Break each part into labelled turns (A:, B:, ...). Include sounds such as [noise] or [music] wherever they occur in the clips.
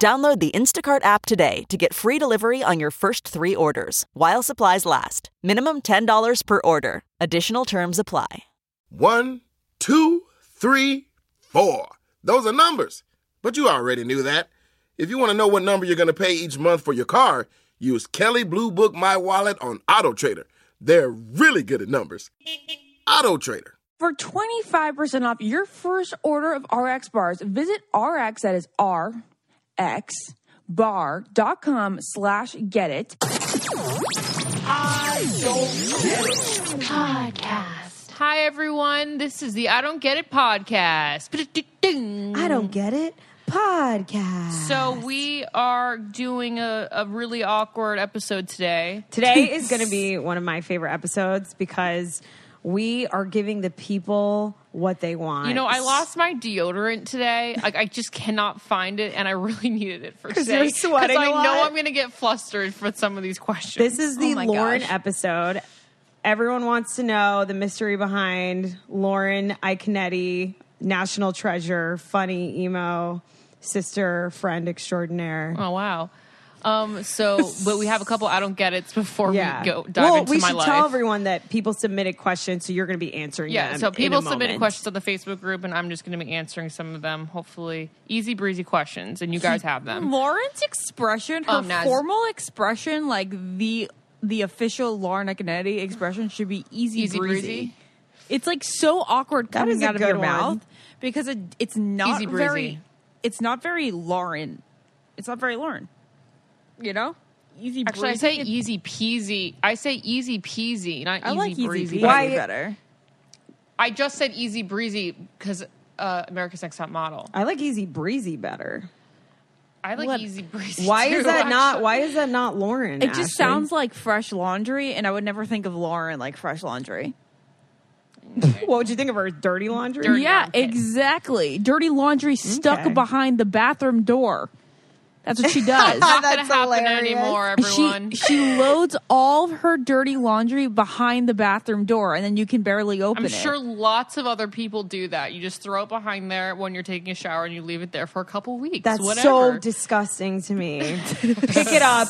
A: Download the Instacart app today to get free delivery on your first three orders while supplies last. Minimum $10 per order. Additional terms apply.
B: One, two, three, four. Those are numbers. But you already knew that. If you want to know what number you're going to pay each month for your car, use Kelly Blue Book My Wallet on Auto Trader. They're really good at numbers. Auto Trader.
C: For 25% off your first order of RX bars, visit RX, that is rxbar.com slash get it.
D: podcast. Hi, everyone. This is the I Don't Get It podcast.
E: I don't get it. Podcast.
D: So, we are doing a, a really awkward episode today.
E: Today is going to be one of my favorite episodes because we are giving the people what they want.
D: You know, I lost my deodorant today. Like, I just cannot find it, and I really [laughs] needed it for today.
E: you're sweating
D: I
E: a lot.
D: know I'm going to get flustered for some of these questions.
E: This is the
D: Oh my
E: Lauren
D: gosh.
E: episode. Everyone wants to know the mystery behind Lauren Iconetti, national treasure, funny emo sister, friend extraordinaire.
D: Oh wow. Um.
E: [laughs]
D: So, but we have a couple. I don't get it before we go dive
E: well,
D: into
E: we
D: my
E: should
D: life.
E: tell everyone that people submitted questions, so you're going to be answering
D: Yeah,
E: them.
D: so
E: in a
D: people submitted
E: moment.
D: questions on the Facebook group, and I'm just going to be answering some of them. Hopefully, easy breezy questions, and you
E: [laughs]
D: guys have them.
F: Lauren's expression, her
D: Oh, Naz.
F: formal expression, like the the official Lauren Econetti expression, should be easy,
D: Easy
F: breezy.
D: breezy?
F: It's like so awkward coming
E: is a
F: out of
E: good
F: your
E: one.
F: mouth because it, it's not
D: Easy breezy.
F: very. It's not very Lauren. It's not very Lauren. You know, easy.
D: Actually, I
F: breezy.
D: say easy peasy. I say easy peasy, not
F: I
D: easy
F: like
D: breezy.
F: easy breezy
E: Why-
F: better.
D: I just said easy breezy because uh, America's Next Top Model.
E: I like easy breezy better.
D: I like
F: What-
D: easy breezy.
E: Why
D: too,
E: is that not?
D: actually.
E: Why is that not Lauren?
F: It just sounds like fresh laundry, and I would never think of Lauren like fresh laundry.
E: What would you think of her dirty laundry?
D: Dirty.
F: Yeah,
D: armpit.
F: exactly. Dirty laundry stuck
E: Okay.
F: behind the bathroom door. That's what
E: [laughs]
F: she does.
D: Not gonna
E: That's
D: happen
E: hilarious.
D: anymore,
F: she
D: everyone.
F: she loads all of her dirty laundry behind the bathroom door, and then you can barely open
D: I'm
F: it.
D: sure lots of other people do that. You just throw it behind there when you're taking a shower, and you leave it there for a couple weeks.
E: That's
D: whatever.
E: so disgusting to me. pick it up.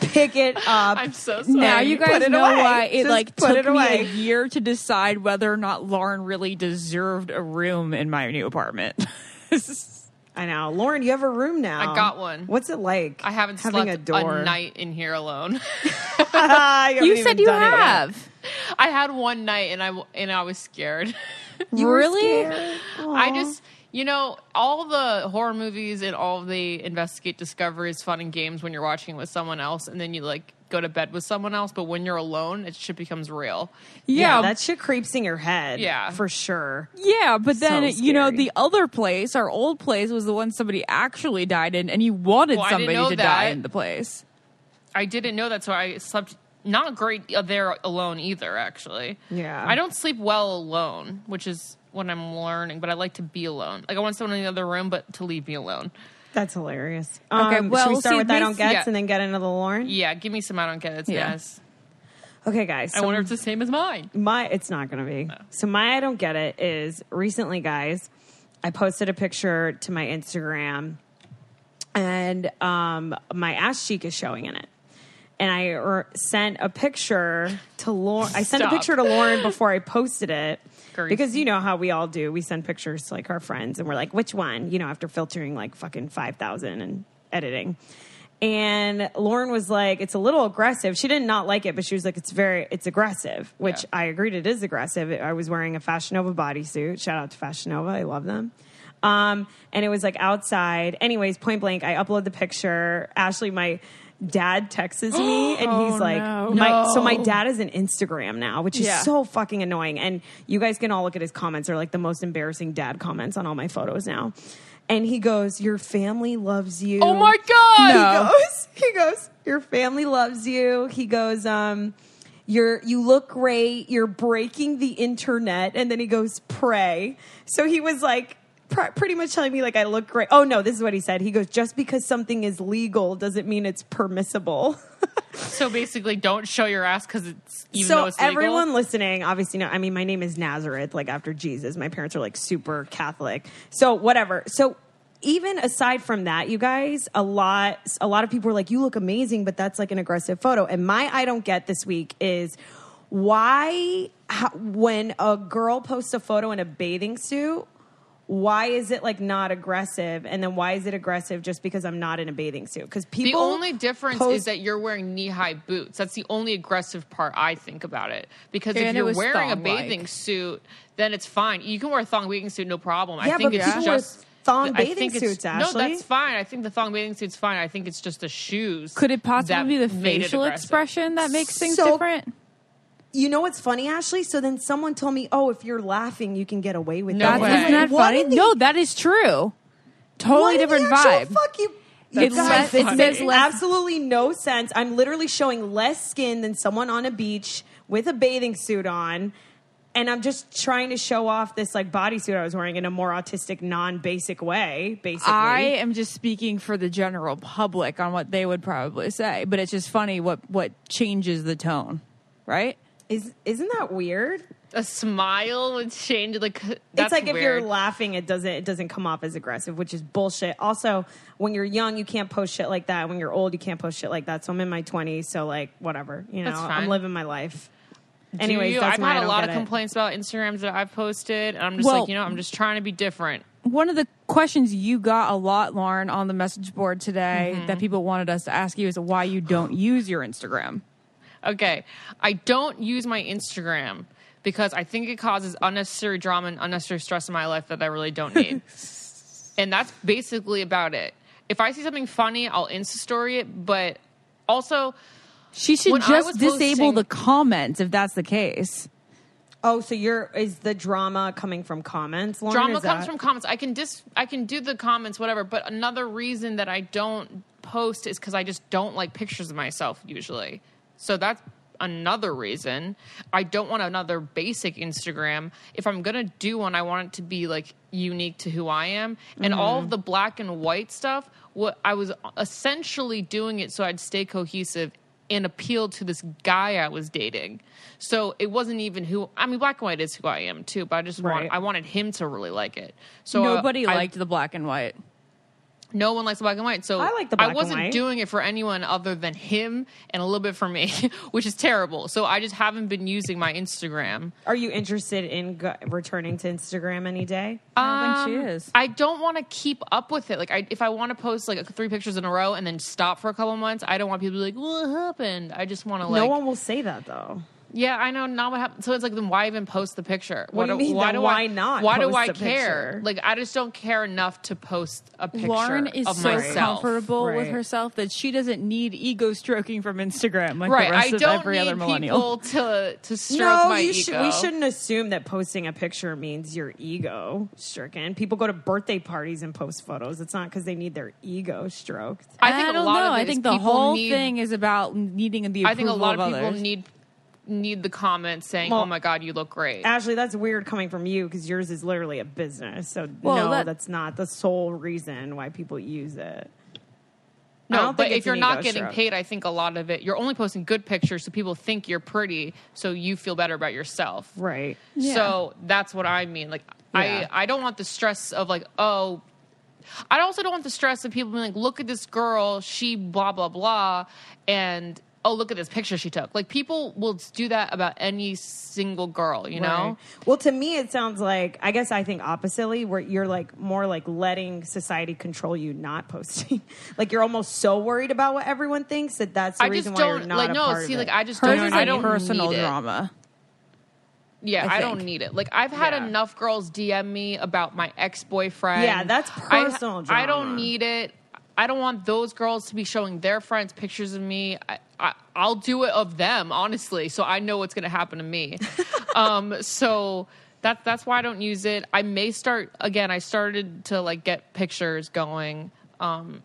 E: Pick it up.
D: I'm so sorry.
F: now you
E: Put
F: guys
E: it
F: know
E: away.
F: why it
E: Just
F: like
E: put
F: took
E: it
F: me
E: away.
F: a year to decide whether or not Lauren really deserved a room in my new apartment.
E: I know, Lauren. You have a room now.
D: I got one.
E: What's it like?
D: I haven't
E: having
D: slept
E: a door. [laughs]
D: night in here alone.
E: [laughs]
D: [laughs]
E: you,
F: you said you have.
D: I had one night and I w- and I was scared. [laughs]
F: really?
E: Oh,
D: I just you know all the horror movies and all the investigate discoveries, fun and games when you're watching with someone else, and then you like go to bed with someone else. But when you're alone, it shit becomes real.
E: Yeah,
F: Yeah,
E: that shit creeps in your head.
D: Yeah.
E: for sure.
F: Yeah, but then
E: So
F: you know
E: scary.
F: the other place, our old place, was the one somebody actually died in, and he wanted
D: Well, I didn't
F: somebody
D: know
F: to die
D: that.
F: in the place.
D: I didn't know that, so I slept not great uh, there alone either. Actually,
E: Yeah.
D: I don't sleep well alone, which is what I'm learning. But I like to be alone. Like I want someone in the other room, but to leave me alone.
E: That's hilarious.
F: Okay,
E: Um, should
F: well,
E: we start
F: see,
E: with I
F: this-
E: don't get
D: yeah.
E: and then get into the Lauren?
D: Yeah, give me some. I don't get it.
F: Yeah.
D: Yes,
E: Okay, guys.
D: I
E: so
D: wonder if it's the same as mine.
E: My it's not going to be. So my I don't get it is recently, guys. I posted a picture to my Instagram, and um, my ass cheek is showing in it. And I er, sent a picture to Lauren. I sent a
D: Stop.
E: picture to Lauren before I posted it
D: Greasy.
E: because you know how we all do. We send pictures to like our friends, and we're like, which one? You know, after filtering like fucking five thousand and editing. And Lauren was like, it's a little aggressive. She did not like it, but she was like, it's very, it's aggressive, which
D: Yeah.
E: I agreed it is aggressive. I was wearing a Fashion Nova bodysuit. Shout out to Fashion Nova. I love them. Um, and it was like outside. Anyways, point blank, I upload the picture. Ashley, my dad texts me and
D: [gasps] Oh,
E: he's like, my, so my dad is an Instagram now, which is
F: Yeah.
E: so fucking annoying. And you guys can all look at his comments. They're like the most embarrassing dad comments on all my photos now. and he goes, "Your family loves you."
D: Oh my god!
E: He goes, [laughs] he goes, your family loves you. He goes, um, you're, you look great. You're breaking the internet. And then he goes, pray. So he was like, pr- pretty much telling me like I look great. Oh no, this is what he said. He goes, just because something is legal doesn't mean it's permissible. [laughs]
D: So basically, don't show your ass because it's even
E: so
D: though it's legal.
E: everyone listening, obviously, no. I mean, my name is Nazareth, like after Jesus. My parents are like super Catholic, so whatever. So even aside from that, you guys, a lot, a lot of people were like, "You look amazing," but that's like an aggressive photo. And my I don't get this week is why how, when a girl posts a photo in a bathing suit. Why is it like not aggressive? And then why is it aggressive just because I'm not in a bathing suit? Because
D: The
E: people
D: only difference is
E: post-
D: that you're wearing knee-high boots. That's the only aggressive part I think about it. Because if
F: And it
D: you're
F: was
D: wearing a
F: thong-like.
D: bathing suit, then it's fine. You can wear a thong bathing suit, no problem. I
E: Yeah,
D: think
E: but
D: it's
E: people wear
D: just
E: thong
D: I
E: bathing
D: think it's-
E: suits, Ashley.
D: No, that's fine. I think the thong bathing suit's fine. I think it's just the shoes.
F: Could it
D: that
F: possibly be the
D: made it
F: facial
D: aggressive.
F: expression that makes things
E: So-
F: different?
E: You know what's funny, Ashley? So then someone told me, "Oh, if you're laughing, you can get away with
D: No
E: that."
D: way.
E: And I'm
F: Isn't that
E: like, what
F: funny?
E: in the-
F: no, that is true.
E: what
F: Totally
E: in the
F: different
E: actual
F: vibe.
E: Fuck you.
F: It's
E: guys,
F: less
E: it
F: funny.
E: makes absolutely no sense. I'm literally showing less skin than someone on a beach with a bathing suit on. And I'm just trying to show off this like bodysuit I was wearing in a more autistic, non-basic way, basically.
F: I am just speaking for the general public on what they would probably say, but it's just funny what what changes the tone, right?
E: Is isn't that weird?
D: A smile would change. Like [laughs] that's
E: it's like if you're
D: weird.
E: laughing, it doesn't it doesn't come off as aggressive, which is bullshit. Also, when you're young, you can't post shit like that. When you're old, you can't post shit like that. So I'm in my 20s, so like whatever, you know,
D: That's
E: I'm
D: fine.
E: living my life.
D: Do
E: Anyways,
D: you-
E: that's
D: I've
E: why I
D: had a
E: don't
D: lot
E: get
D: of
E: it.
D: complaints about Instagrams that I've posted, and I'm just
F: Well-
D: like, you know, I'm just trying to be different.
F: One of the questions you got a lot, Lauren, on the message board today that people wanted us to ask you is why you don't use your Instagram.
D: Okay. I don't use my Instagram because I think it causes unnecessary drama and unnecessary stress in my life that I really don't need. and that's basically about it. If I see something funny, I'll Insta story it, but also
F: She should
D: When I was
F: just disable
D: posting-
F: the comments if that's the case.
E: Oh, so you're is the drama coming from comments? Lauren,
D: drama
E: is
D: comes
E: that-
D: from comments. I can dis I can do the comments whatever, but another reason that I don't post is cuz I just don't like pictures of myself usually. So that's another reason. I don't want another basic Instagram. If I'm going to do one, I want it to be like unique to who I am. And all
E: Mm-hmm.
D: of the black and white stuff, what I was essentially doing it so I'd stay cohesive and appeal to this guy I was dating. So it wasn't even who I mean black and white is who I am too, but I just
E: Right.
D: want I wanted him to really like it. So uh,
F: Nobody
D: I-
F: liked the black and white.
D: no one likes the black and white. So
E: I like the black and
D: wasn't
E: white.
D: doing it for anyone other than him and a little bit for me, [laughs] which is terrible. So I just haven't been using my Instagram.
E: Are you interested in go- returning to Instagram any day?
F: I don't think she
D: Um,
F: is.
D: I don't want to keep up with it. Like, I, if I want to post like three pictures in a row and then stop for a couple months, I don't want people to be like, "What happened?" I just want to like,
E: no one will say that though.
D: yeah, I know not what happened. So it's like, then why even post the picture?
E: What do you mean, then why not
D: Why do
E: post
D: I
E: the
D: care?
E: picture?
D: Like, I just don't care enough to post a picture
F: Lauren is
D: of
F: so
D: myself.
F: comfortable with
E: Right.
F: herself that she doesn't need ego stroking from Instagram like
D: Right,
F: the rest
D: I
F: of
D: don't
F: every
D: need
F: other millennial.
D: people to to stroke
E: no,
D: my
E: you
D: ego.
E: should. We shouldn't assume that posting a picture means your ego stricken. People go to birthday parties and post photos. It's not because they need their ego stroked.
D: I think a
F: don't
D: lot
F: know.
D: of
F: I
D: it is
F: think the
D: people
F: whole
D: need-
F: thing is about needing the approval
D: I think a lot of people
F: others.
D: need need the comments saying,
E: Well,
D: "Oh my god, you look great."
E: Ashley, that's weird coming from you because yours is literally a business. So
F: Well,
E: no,
F: that-
E: that's not the sole reason why people use it. I
D: No,
E: don't
D: but
E: think
D: if
E: it's
D: you're
E: an
D: not
E: ego
D: getting
E: stroke.
D: paid, I think a lot of it you're only posting good pictures, so people think you're pretty, so you feel better about yourself.
E: right?
D: So that's what I mean. Like
F: Yeah.
D: I I don't want the stress of like oh. I also don't want the stress of people being like, look at this girl, she blah blah blah, and oh look at this picture she took. Like people will do that about any single girl, you know.
E: Right. Well, to me, it sounds like I guess I think oppositely, where you're like more like letting society control you not posting. [laughs] like you're almost so worried about what everyone thinks that that's the
D: I
E: reason
D: just
E: why you're
D: don't
E: not
D: like
E: a
D: no.
E: part
D: See,
E: of
D: like
E: it.
D: I just
F: Hers
D: don't.
F: is
D: I
F: a
D: don't
F: personal
D: need it.
F: drama.
D: Yeah,
F: I
D: I, don't
F: think.
D: need it. Like I've had
F: Yeah.
D: enough girls DM me about my ex boyfriend.
E: Yeah, that's personal
D: I, I
E: drama.
D: don't need it. I don't want those girls to be showing their friends pictures of me. I, I,
F: [laughs]
D: I'll do it of them, honestly, so I know what's going to happen to me. um, so That that's why I don't use it. I may start again. I started to like get pictures going um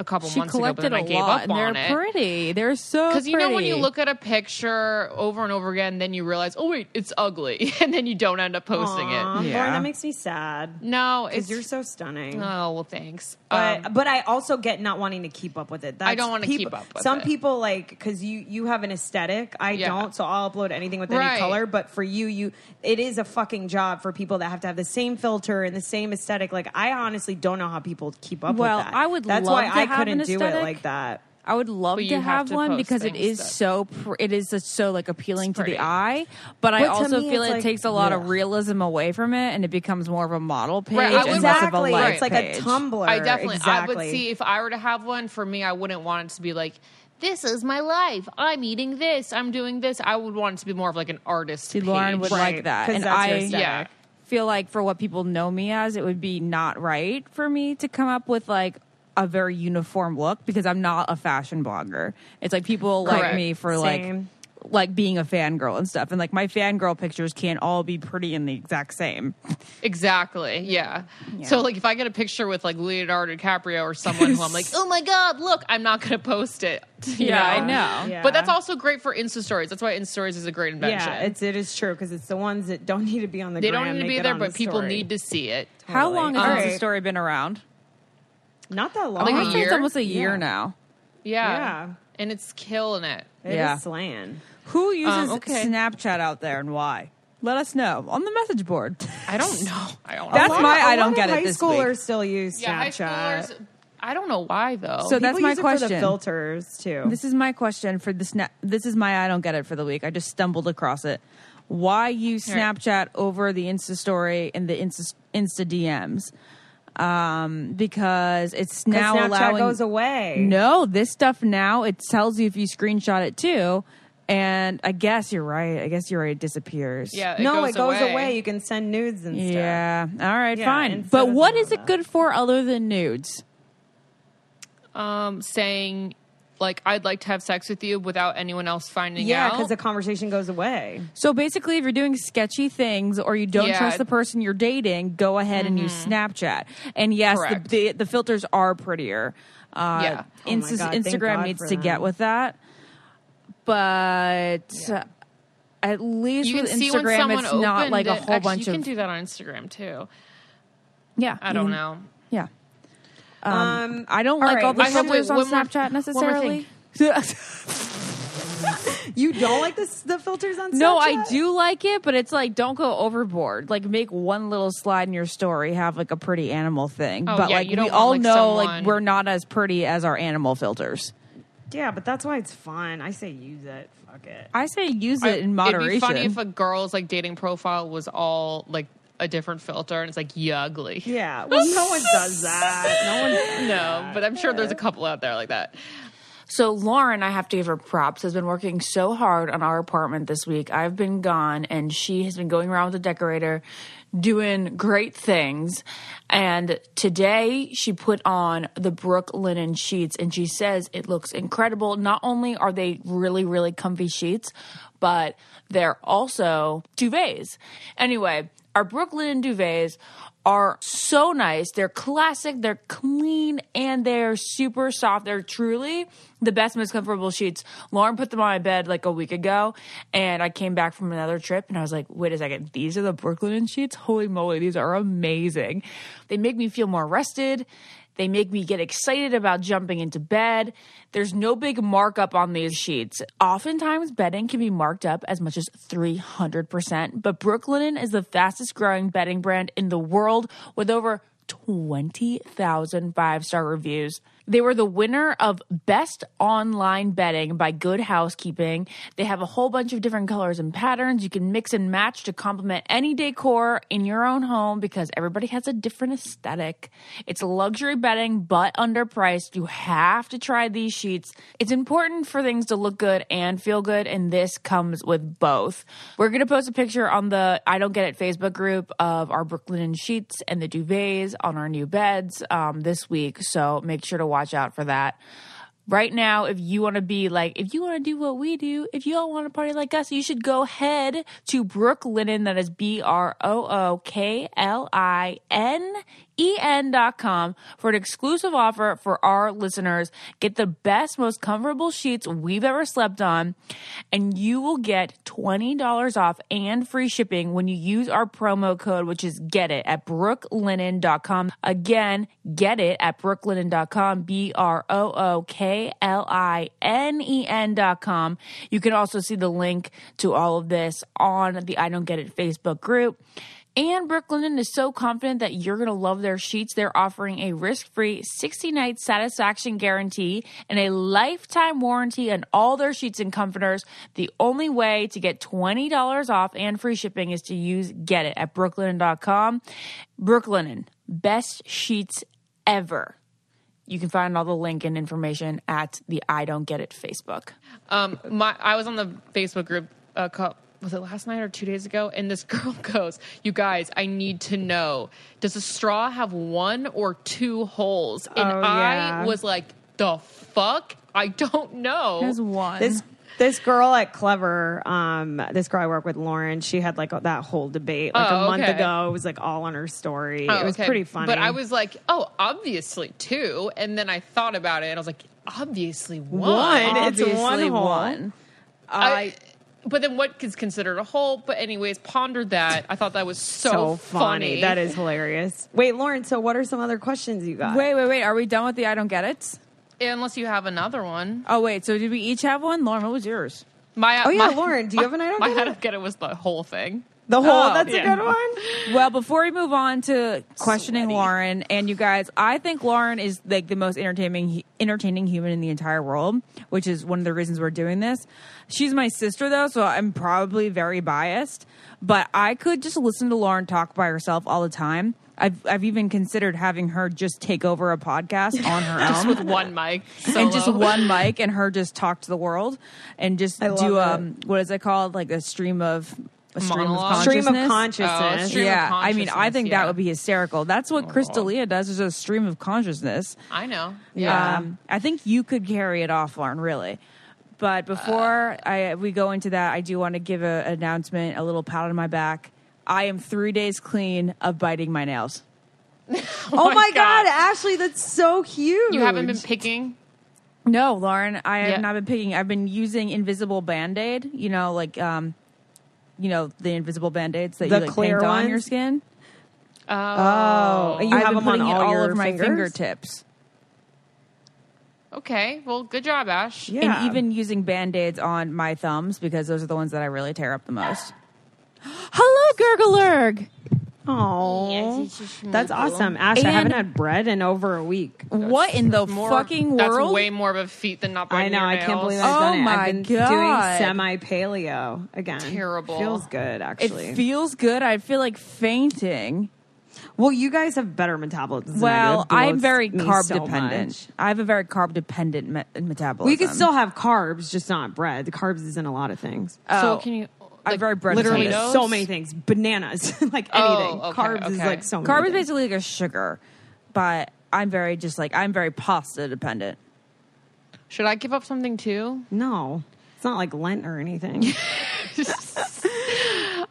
D: a couple
F: She
D: months ago, but
F: collected
D: then I
F: a
D: gave
F: lot,
D: up
F: and
D: on
F: they're
D: it.
F: pretty. They're so
D: Because you know when you
F: pretty.
D: look at a picture over and over again, then you realize, oh wait, it's ugly, [laughs] and then you don't end up posting
E: Aw,
D: it.
E: Lauren,
F: Yeah.
E: that makes me sad
D: No,
E: because
D: it's [laughs]
E: you're so stunning.
D: Oh well, thanks.
E: but
D: Um,
E: but I also get not wanting to keep up with it. That's
D: I don't wanna
E: peop-
D: keep up with
E: some
D: it.
E: people like because you you have an aesthetic. I
D: Yeah.
E: don't, so I'll upload anything with
D: Right.
E: any color. But for you, you it is a fucking job for people that have to have the same filter and the same aesthetic. Like I honestly don't know how people keep up
F: Well,
E: with that.
F: I would
E: That's
F: love
E: why
F: to
E: I
F: have
E: couldn't
F: an
E: do it
F: aesthetic.
E: like that.
F: I would love
D: But
F: to
D: you
F: have,
D: have to
F: one
D: post
F: because it
D: things
F: is
D: that-
F: so pr- it is just so like appealing to the
D: pretty.
F: eye, but I
E: But to
F: also
E: me,
F: feel
E: it's
F: it
E: like-
F: takes a lot
E: yeah.
F: of realism away from it, and it becomes more of a model page
D: Right, I would
F: and less of a
E: Exactly.
F: life
E: It's like
F: page.
E: a Tumblr.
D: I definitely,
E: exactly.
D: I would see if I were to have one. For me, I wouldn't want it to be like, this is my life. I'm eating this. I'm doing this. I would want it to be more of like an artist.
F: See, Lauren
D: page.
F: would like that,
E: 'cause
F: and
E: that's your
F: I
E: aesthetic.
D: Yeah.
F: feel like for what people know me as, it would be not right for me to come up with like a very uniform look because I'm not a fashion blogger. It's like people like
D: Correct.
F: me for
E: Same.
F: like like being a fangirl and stuff, and like my fangirl pictures can't all be pretty and the exact same.
D: Exactly. Yeah. So like if I get a picture with like Leonardo DiCaprio or someone who I'm like, oh my god, look, I'm not gonna post it. [laughs] You
F: Yeah, I know.
E: Yeah.
D: But that's also great for Insta stories. That's why Insta stories is a great invention.
E: Yeah, it's it is true because it's the ones that don't need to be on the.
D: they
E: gram,
D: don't need to
E: make
D: be
E: it
D: there,
E: on
D: but
E: the
D: people
E: story.
D: need to see it.
F: How long
E: All
F: has this
E: right.
F: story been around?
E: Not that long.
D: Like a
F: I'd say
D: year?
F: It's almost a year
E: Yeah.
F: now.
D: Yeah.
E: Yeah.
D: And it's killing it.
E: It is
F: Yeah.
E: slaying.
F: Who
E: Um,
F: uses
D: okay.
F: Snapchat out there and why? Let us know on the message board. [laughs]
D: I don't know. I don't
F: That's
D: know.
E: A lot-
F: my
E: a
F: I
E: lot
F: don't
E: of
F: get
E: high
F: it this
E: schoolers
F: week.
E: still use Snapchat.
D: Yeah, high schoolers. I don't know why though.
F: So that's
E: People
F: my
E: use it for
F: question.
E: the filters too.
F: This is my question for the snap. This is my I don't get it for the week. I just stumbled across it. Why use
D: All right.
F: Snapchat over the Insta story and the Insta Insta DMs? Um, because it's
E: 'Cause
F: now
E: Snapchat
F: allowing
E: goes away.
F: No, this stuff now it tells you if you screenshot it too. And I guess you're right. I guess you're right. It disappears.
D: yeah, it
E: no,
D: goes
E: it goes away. You can send nudes and stuff.
F: Yeah. All right.
E: Yeah,
F: fine.
E: Insta
F: But what
E: doesn't
F: is it
E: allow
F: good for other than nudes?
D: Um, saying like I'd like to have sex with you without anyone else finding
E: Yeah,
D: out.
E: because the conversation goes away.
F: So basically, if you're doing sketchy things or you don't
D: Yeah. Mm-hmm.
F: trust the person you're dating, go ahead and use Snapchat. And yes, the,
D: Correct.
F: the, the filters are prettier. Uh,
D: Yeah.
E: Oh my
F: Insta-
E: God, thank
F: Instagram
E: God
F: needs
E: for
F: to get
E: them.
F: with that. But uh, at least
D: you can
F: with
D: see when
F: Instagram,
D: someone
F: it's not
D: opened
F: like a
D: it.
F: whole
D: Actually,
F: bunch
D: You can
F: of.
D: do that on Instagram too.
F: yeah.
D: I
F: you
D: don't
E: Mm,
F: can-
D: know.
F: Yeah. Um, I don't
E: all
F: like
E: right.
F: all the
D: I have to-
F: filters on
D: one more-
F: Snapchat
D: one more
F: necessarily.
E: You don't like this, the filters on
F: [laughs]
E: Snapchat?
F: No, I do like it, but it's like don't go overboard. Like make one little slide in your story, have like a pretty animal thing.
D: Oh,
F: but
D: yeah,
F: like
D: you
F: we
D: don't want,
F: all
D: like,
F: know, like
D: someone-
F: we're not as pretty as our animal filters.
E: Yeah, but that's why it's fun. I say use it. Fuck it.
F: I say use it in
D: It'd
F: moderation.
D: be funny if a girl's like dating profile was all like a different filter and it's like you ugly.
E: Yeah. Well, no one does
F: [laughs]
E: that. No one. [laughs]
D: No, but I'm sure there's a couple out there like that.
G: So Lauren, I have to give her props, has been working so hard on our apartment this week. I've been gone and she has been going around with the decorator doing great things. And today she put on the Brook linen sheets and she says it looks incredible. Not only are they really, really comfy sheets, but they're also duvets. Anyway, our Brooklyn duvets are so nice. They're classic, they're clean, and they're super soft. They're truly the best, most comfortable sheets. Lauren put them on my bed like a week ago, and I came back from another trip and I was like, wait a second, these are the Brooklyn sheets? Holy moly, these are amazing. They make me feel more rested. They make me get excited about jumping into bed. There's no big markup on these sheets. Oftentimes, bedding can be marked up as much as 300%, but Brooklinen is the fastest growing bedding brand in the world with over 20,000 five star reviews. They were the winner of Best Online Bedding by Good Housekeeping. They have a whole bunch of different colors and patterns. You can mix and match to complement any decor in your own home because everybody has a different aesthetic. It's luxury bedding but underpriced. You have to try these sheets. It's important for things to look good and feel good, and this comes with both. We're going to post a picture on the I Don't Get It Facebook group of our Brooklyn and sheets and the duvets on our new beds um, this week, so make sure to watch out for that. Right now, if you want to be like, if you want to do what we do, if you all want to party like us, you should go head to Brook Linen. That is B R O O K L I N E N dot com for an exclusive offer for our listeners. Get the best, most comfortable sheets we've ever slept on, and you will get $20 off and free shipping when you use our promo code, which is get it at brooklinen.com. Again, get it at brooklinen.com, B E R O O K L I N E N.com. You can also see the link to all of this on the I Don't Get It Facebook group. And Brooklinen is so confident that you're going to love their sheets. They're offering a risk free 60 night satisfaction guarantee and a lifetime warranty on all their sheets and comforters. The only way to get $20 off and free shipping is to use Get It at brooklinen.com. Brooklinen, best sheets ever. You can find all the link and information at the I Don't Get It Facebook.
D: Um, my I was on the Facebook group a cou- was it last night or two days ago? And this [laughs] girl goes, "You guys, I need to know: Does a straw have one or two holes?" And
E: Oh, yeah.
D: I was like, "The fuck." I don't know.
F: There's one.
E: This this girl at Clever, um, this girl I work with, Lauren, she had like that whole debate like
D: Oh,
E: a month
D: okay.
E: ago. It was like all on her story.
D: Oh,
E: it was
D: okay.
E: pretty funny.
D: But I was like, oh, obviously two. And then I thought about it and I was like, obviously one.
E: One. It's
F: obviously
E: one hole.
F: one.
D: I, but then what is considered a hole? But, anyways, pondered that. I thought that was so, funny.
E: That is hilarious. Wait, Lauren. So, what are some other questions you got?
F: Wait, wait, wait. Are we done with the I don't get it?
D: Unless you have another one.
F: Oh, wait. So did we each have one? Lauren, what was yours?
D: My,
E: Oh yeah,
D: my,
E: Lauren. Do you have an item?
D: My I don't get it was the whole thing.
E: The whole.
F: Oh,
E: that's
D: yeah.
E: a good
D: [laughs]
E: one.
F: Well, before we move on to questioning Lauren and you guys, I think Lauren is like the most entertaining entertaining human in the entire world, which is one of the reasons we're doing this. She's my sister though, so I'm probably very biased, but I could just listen to Lauren talk by herself all the time. I've I've even considered having her just take over a
E: [laughs]
F: podcast on her own.
D: With one mic.
F: and just
D: solo.
F: one mic and her just talk to the world and just
E: I love
F: do
E: it.
F: um what is it called like a stream of a stream
D: Monologue?
F: of
E: Stream of
F: consciousness?
E: consciousness.
D: Oh, stream of
F: yeah, I mean, I
D: consciousness,
F: think
D: yeah.
F: that would be hysterical. That's what Crystalia does is a stream of consciousness.
D: I know.
F: Um, I think you could carry it off, Lauren, really. But before I we go into that, I do want to give a, an announcement, a little pat on my back. I am three days clean of biting my nails.
E: Oh,
D: my
E: my god.
D: God.
E: Ashley, that's so huge.
D: You haven't been picking.
F: No, Lauren, I have
D: Yeah.
F: not been picking. I've been using invisible band aid. You know, like um, you know the invisible band aids that
E: The
F: you like,
E: clear
F: paint on your
E: ones?
F: skin.
D: Uh,
E: Oh, you
F: I've been
E: have them on
F: putting it
E: all,
F: all
E: your
F: over my
E: fingers?
F: fingertips,
D: Okay. Well, good job, Ash.
E: Yeah.
F: and even using band aids on my thumbs because those are the ones that I really tear up the
E: [gasps]
F: most. Hello, Gurglurg.
E: Oh, that's awesome, Ash. I
F: And-
E: haven't had bread in over a week.
F: What in the
D: More-
F: fucking
D: that's
F: world?
D: way more of a feat than not.
E: I
D: biting
E: know.
D: your
E: I can't believe
D: nails.
E: I've
F: Oh
E: done it.
F: my
E: I've been
F: God.
E: doing semi paleo again.
D: Terrible.
E: Feels good,
F: it
E: actually.
F: feels good. I feel like fainting.
E: well, you guys have better metabolism. than I do.
F: Well,
E: It blows
F: I'm very
E: me
F: carb
E: so
F: dependent.
E: much.
F: I have a very carb dependent me- metabolism.
E: We could still have carbs, just not bread. The carbs is in a lot of things.
D: So
F: Oh,
D: can you?
F: I'm very bread
E: Literally,
F: potatoes?
E: so many things. Bananas, [laughs] like anything.
D: Oh, okay,
E: carbs is
D: okay.
E: like so. Many
F: Carb is
E: things.
F: basically like a sugar, but I'm very just like I'm very pasta dependent.
D: Should I give up something too?
E: no. It's not like Lent or anything.
F: [laughs]
D: [laughs]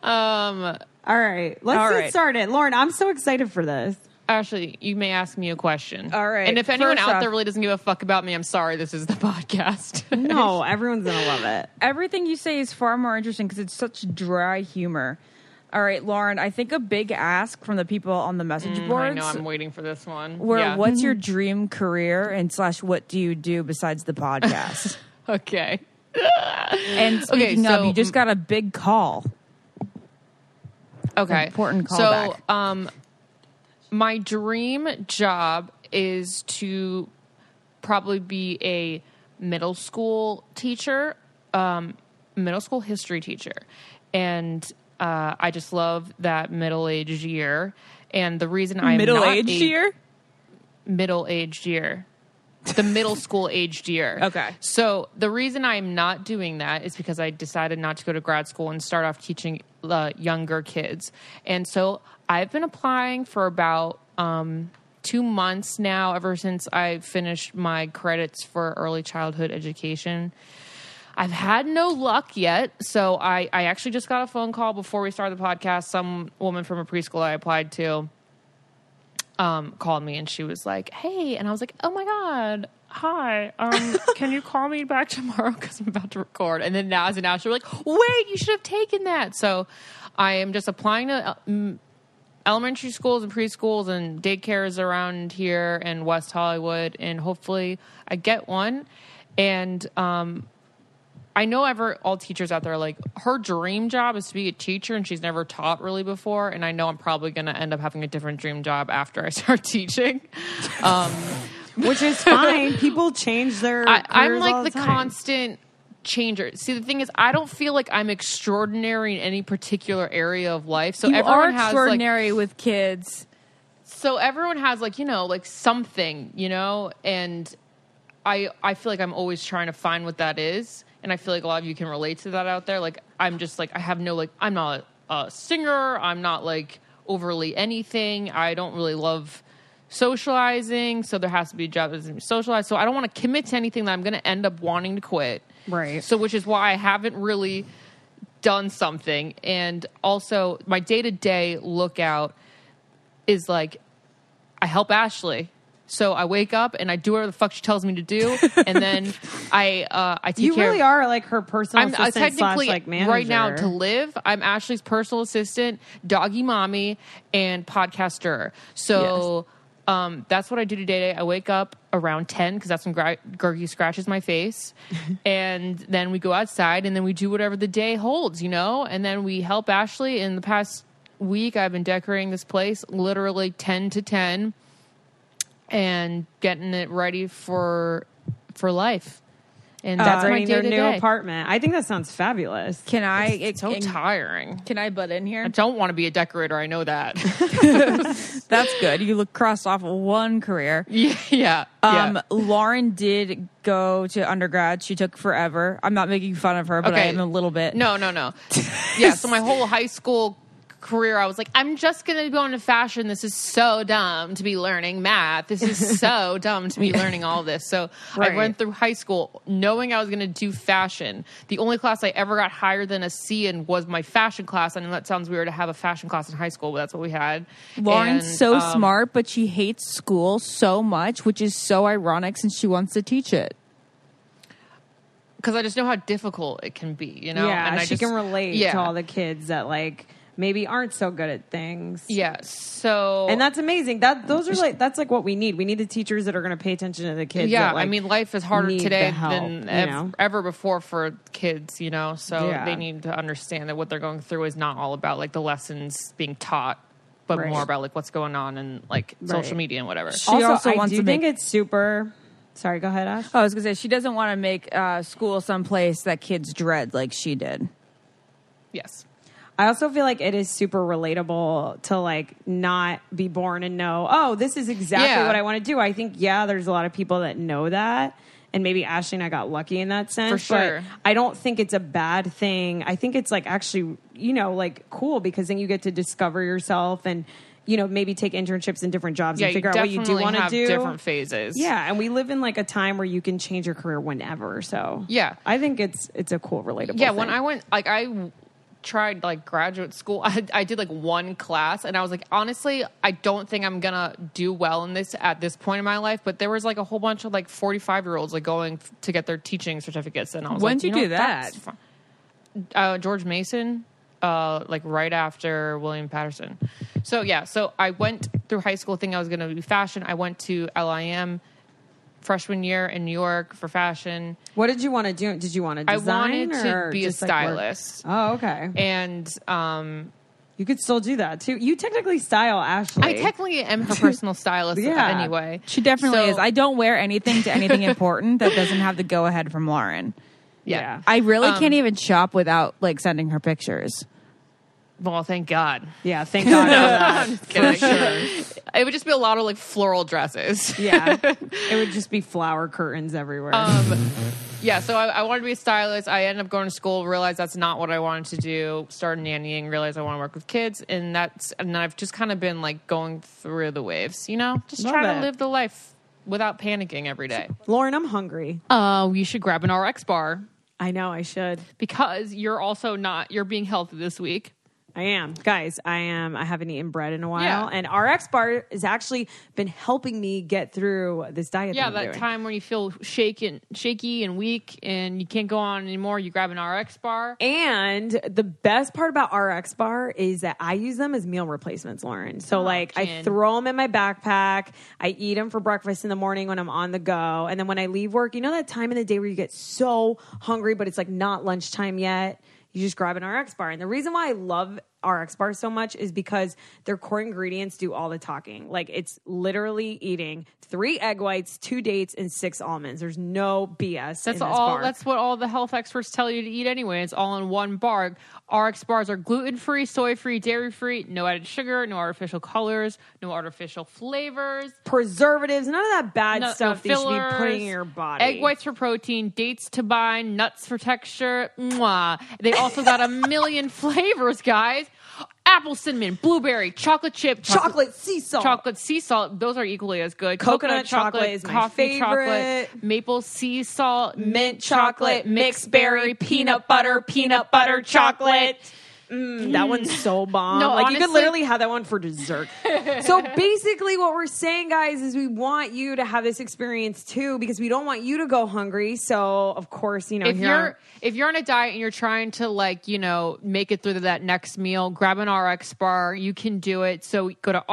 D: Um,
E: All right, let's
F: All
E: get
F: right.
E: started. Lauren, I'm so excited for this.
D: Ashley, you may ask me a question.
F: All right.
D: And if anyone
F: First
D: out
F: off-
D: there really doesn't give a fuck about me, I'm sorry. This is
F: [laughs]
D: the [laughs] podcast.
E: No, everyone's gonna love it.
F: Everything you say is far more interesting because it's such dry humor. All right, Lauren, I think a big ask from the people on the message
D: Mm, I
F: boards
D: know. I'm waiting for this one.
F: were
D: Yeah.
F: what's your
E: Mm-hmm.
F: dream career and slash what do you do besides the
E: [laughs]
F: podcast?
D: [laughs] Okay.
F: and speaking
D: so-
F: of, you just got a big call.
D: Okay.
F: Important
D: So,
F: callback.
D: um, my dream job is to probably be a middle school teacher, um, middle school history teacher, and uh, I just love that middle aged year. And the reason I'm
F: Middle
D: not
F: aged
D: a-
F: year?
D: middle aged year. The middle school aged year.
F: Okay.
D: So the reason I'm not doing that is because I decided not to go to grad school and start off teaching uh, younger kids. And so I've been applying for about um, two months now, ever since I finished my credits for early childhood education. I've had no luck yet. So I, I actually just got a phone call before we started the podcast. Some woman from a preschool I applied to um, called me and she was like, Hey. And I was like, Oh my God. Hi, um, can you call me back tomorrow? Because I'm about to record. And then now, as an hour, like, wait, you should have taken that. So I am just applying to uh, mm, elementary schools and preschools and daycares around here in West Hollywood. And hopefully I get one. And um, I know ever all teachers out there like her dream job is to be a teacher and she's never taught really before and I know I'm probably going to end up having a different dream job after I [laughs] start teaching. Um
E: which
D: [laughs]
E: is fine. People change their.
D: I, I'm
E: careers all
D: like
E: the
D: the,
E: time.
D: constant changer. See, the thing is, I don't feel like I'm extraordinary in any particular area of life. So
F: you are
D: everyone has like
F: extraordinary with kids.
D: so everyone has like you know like something you know and i i feel like i'm always trying to find what that is and i feel like a lot of you can relate to that out there like i'm just like i have no like i'm not a singer i'm not like overly anything i don't really love socializing so there has to be a job that doesn't socialize so i don't want to commit to anything that i'm going to end up wanting to quit
E: Right.
D: so which is why i haven't really done something and also my day-to-day lookout is like I help Ashley. So I wake up and I do whatever the fuck she tells me to do,
E: [laughs]
D: and then I uh, I take
E: You
D: care.
E: really
D: of,
E: are like her personal
D: I'm uh,
E: assistant
D: technically
E: slash like manager
D: right now to live. I'm Ashley's personal assistant, doggy mommy, and podcaster. So um, that's what I do today. I wake up around ten because that's when Gra- Gurgi scratches my
E: [laughs]
D: face, and then we go outside and then we do whatever the day holds, you know. And then we help Ashley. In the past week, I've been decorating this place literally ten to ten and getting it ready for for life. And that's my
E: decorating
D: day
E: their
D: to
E: new
D: day.
E: apartment. I think that sounds fabulous.
F: Can I? It's
D: So tiring.
F: Can I butt in
D: I
F: here?
D: don't want to be a decorator. I
F: [laughs]
D: know that. [laughs]
F: That's good. You look crossed off one career.
D: yeah, yeah.
F: Um, Lauren did go to undergrad. She took forever. I'm not making fun of her, but I
D: Okay.
F: am a little bit.
D: No, no, no. yeah. So my whole high school career, I was like, I'm just gonna go into fashion. This is so dumb to be learning math. This
F: [laughs]
D: is so dumb to be learning all this. So I went through high school knowing I was gonna do fashion. The only class I ever got higher than a C in was my fashion class. I know that sounds weird to have a fashion class in high school, but that's what we had.
F: Lauren's
D: And,
F: so
D: um,
F: smart, but she hates school so much, which is so ironic since she wants to teach it.
D: because I just know how difficult it can be, you know.
E: yeah,
D: I
E: she
D: just-
E: can relate
D: yeah,
E: to all the kids that like maybe aren't so good at things.
D: Yeah, so
E: And that's amazing. That those are like that's like what we need. We need the teachers that are going to pay attention to the kids.
D: yeah.
E: that, like,
D: I mean, life is harder
E: need
D: today
E: the help,
D: than
E: you
D: ev-
E: know?
D: ever before for kids, you know. So
E: Yeah.
D: they need to understand that what they're going through is not all about like the lessons being taught, but
E: Right.
D: more about like what's going on and like
E: Right.
D: social media and whatever.
F: She
E: also,
F: also
E: I
F: wants
E: do
F: to
E: think
F: make-
E: it's super. Sorry, go ahead, Ash.
F: Oh, I was gonna say she doesn't want to make uh, school someplace that kids dread like she did.
D: Yes.
E: I also feel like it is super relatable to like not be born and know, oh, this is exactly
D: Yeah.
E: what I want to do. I think yeah, there's a lot of people that know that. And maybe Ashley and I got lucky in that sense.
D: For sure.
E: But I don't think it's a bad thing. I think it's like actually, you know, like cool because then you get to discover yourself and, you know, maybe take internships in different jobs
D: Yeah,
E: and
D: you
E: figure out what you do
D: definitely
E: want to
D: have
E: do.
D: different phases.
E: yeah, and we live in like a time where you can change your career whenever. So
D: Yeah.
E: I think it's it's a cool relatable.
D: yeah when
E: thing.
D: i went like i w- tried like graduate school [laughs] I, I did like one class and i was like honestly i don't think i'm gonna do well in this at this point in my life but there was like a whole bunch of like 45 year olds like going f- to get their teaching certificates and i was
F: When'd
D: like
F: you do
D: know what?
F: that?
D: That's fun. uh, george mason uh, like right after william patterson so yeah so i went through high school thinking i was gonna do fashion i went to lim freshman year in new york for fashion
E: What did you want to do? Did you want to
D: I
E: design?
D: wanted to
E: or
D: be a
E: just, like, work?
D: stylist.
E: oh, okay.
D: and um,
E: you could still do that too. You technically style Ashley.
D: I technically am [laughs] her personal stylist
E: Yeah.
D: anyway.
F: She definitely
D: So-
F: is. I don't wear anything to [laughs] anything important that doesn't have the go ahead from Lauren.
D: yeah.
F: Um, I really can't even shop without like sending her pictures.
D: Well, thank God.
E: Yeah, thank God. for that.
D: [laughs] I'm just kidding. It would just be a lot of like floral dresses. [laughs]
E: yeah, it would just be flower curtains everywhere.
D: Um, Yeah, so I, I wanted to be a stylist. I ended up going to school, realized that's not what I wanted to do, started nannying, realized I want to work with kids, and that's and I've just kind of been like going through the waves, you know, just
E: Love
D: trying
E: it.
D: to live the life without panicking every day.
E: Lauren, I'm hungry.
D: Oh, you should grab an RX bar
E: I know I should.
D: because you're also not you're being healthy this week.
E: I am, guys. I am. I haven't eaten bread in a while,
D: Yeah.
E: and RX Bar has actually been helping me get through this diet. that,
D: Yeah, that
E: I'm doing.
D: time when you feel shaken, shaky and weak, and you can't go on anymore, you grab an RX bar.
E: And the best part about RX Bar is that I use them as meal replacements, Lauren. So, like, I
D: Oh, Jen.
E: throw them in my backpack. I eat them for breakfast in the morning when I'm on the go. And then when I leave work, you know that time in the day where you get so hungry, but it's like not lunchtime yet? You just grab an RX bar. And the reason why I love RX bar so much is because their core ingredients do all the talking. Like, it's literally eating three egg whites, two dates, and six almonds. There's no BS. in
D: That's
E: this
D: all.
E: bar.
D: That's what all the health experts tell you to eat anyway. It's all in one bar. RX bars are gluten free, soy free, dairy free, no added sugar, no artificial colors, no artificial flavors.
E: preservatives, none of that bad
D: No,
E: stuff that
D: no
E: you should be putting
D: fillers,
E: in your body.
D: Egg whites for protein, dates to bind, nuts for texture. Mwah. They also got a million [laughs] flavors, guys. Apple cinnamon, blueberry, chocolate chip,
E: chocolate sea salt.
D: chocolate sea salt. Those are equally as good.
E: Coconut chocolate is my
D: coffee
E: favorite.
D: chocolate, maple sea salt,
E: Mint chocolate, mixed berry, peanut butter, peanut butter chocolate. Mm, that one's so bomb.
D: No,
E: like you could
D: honestly-
E: literally have that one for dessert. so basically, what we're saying, guys, is we want you to have this experience too because we don't want you to go hungry. So of course, you know,
D: If
E: here on-
D: you're if you're on a diet and you're trying to like you know make it through to that next meal, grab an RX bar. You can do it. So go to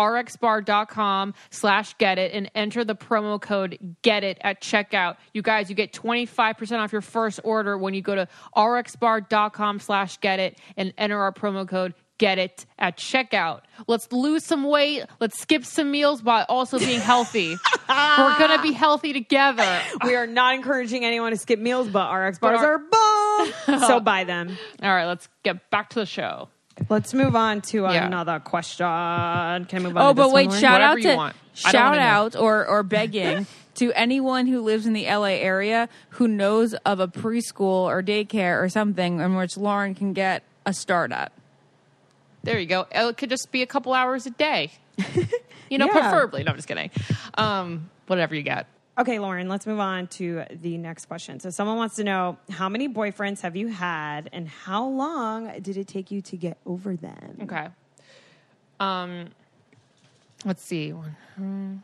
D: rxbar.com slash get it and enter the promo code get it at checkout. You guys, you get twenty five percent off your first order when you go to rxbar.com slash get it and enter our promo code get it at checkout. Let's lose some weight. Let's skip some meals while also being healthy. We're gonna be healthy together.
E: we are not encouraging anyone to skip meals, but our X bars
D: our-
E: are bomb. so buy them.
D: All right, let's get back to the show.
E: Let's move on to
D: Yeah.
E: another question. Can I move on?
F: Oh,
E: to this
F: but
E: one,
F: wait!
E: Lauren?
F: Shout
D: Whatever
F: out
D: you
F: to
D: want. I don't
F: shout
D: wanna know.
F: out or or
D: [laughs]
F: begging to anyone who lives in the LA area who knows of a preschool or daycare or something in which Lauren can get a startup.
D: There you go. It could just be a couple hours a day. you know,
E: Yeah.
D: preferably. No, I'm just kidding. Um, whatever you got.
E: Okay, Lauren, let's move on to the next question. So, someone wants to know how many boyfriends have you had and how long did it take you to get over them?
D: Okay. Um, let's see. One-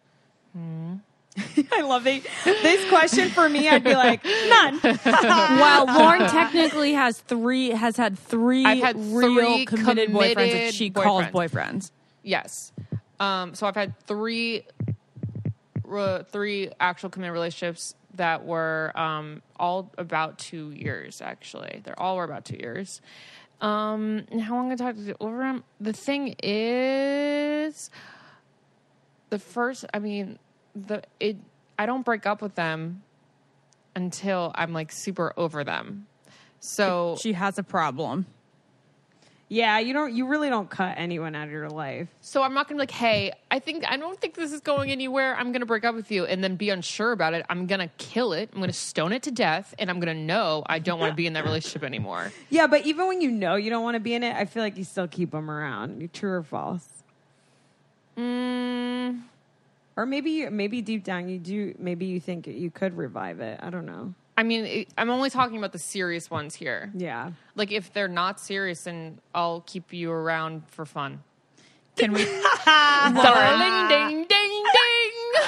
E: [laughs] I love it. This question for me, I'd
F: [laughs]
E: be like, none.
D: [laughs]
F: Wow, Lauren technically has three has had 3
D: I've had
F: real
D: three
F: committed, boyfriends that
D: committed
F: she calls boyfriends.
D: Yes. Um, so I've had three, re- three actual committed relationships that were um, all about two years. Actually, they're all were about two years. Um, and how long I talked to over him? The thing is, the first. I mean, the it. I don't break up with them until I'm like super over them. So
F: She has a problem.
E: yeah, you don't. You really don't cut anyone out of your life.
D: So I'm not gonna be like, hey, I think I don't think this is going anywhere. I'm gonna break up with you and then be unsure about it. I'm gonna kill it. I'm gonna stone it to death, and I'm gonna know I don't want to be in that relationship anymore.
E: Yeah, but even when you know you don't want to be in it, I feel like you still keep them around. True or false?
D: Mm,
E: Or maybe, maybe deep down you do. Maybe you think you could revive it. I don't know.
D: I mean, it, I'm only talking about the serious ones here.
E: Yeah.
D: Like if they're not serious, then I'll keep you around for fun.
F: Can we
D: Sorry. ding ding ding ding.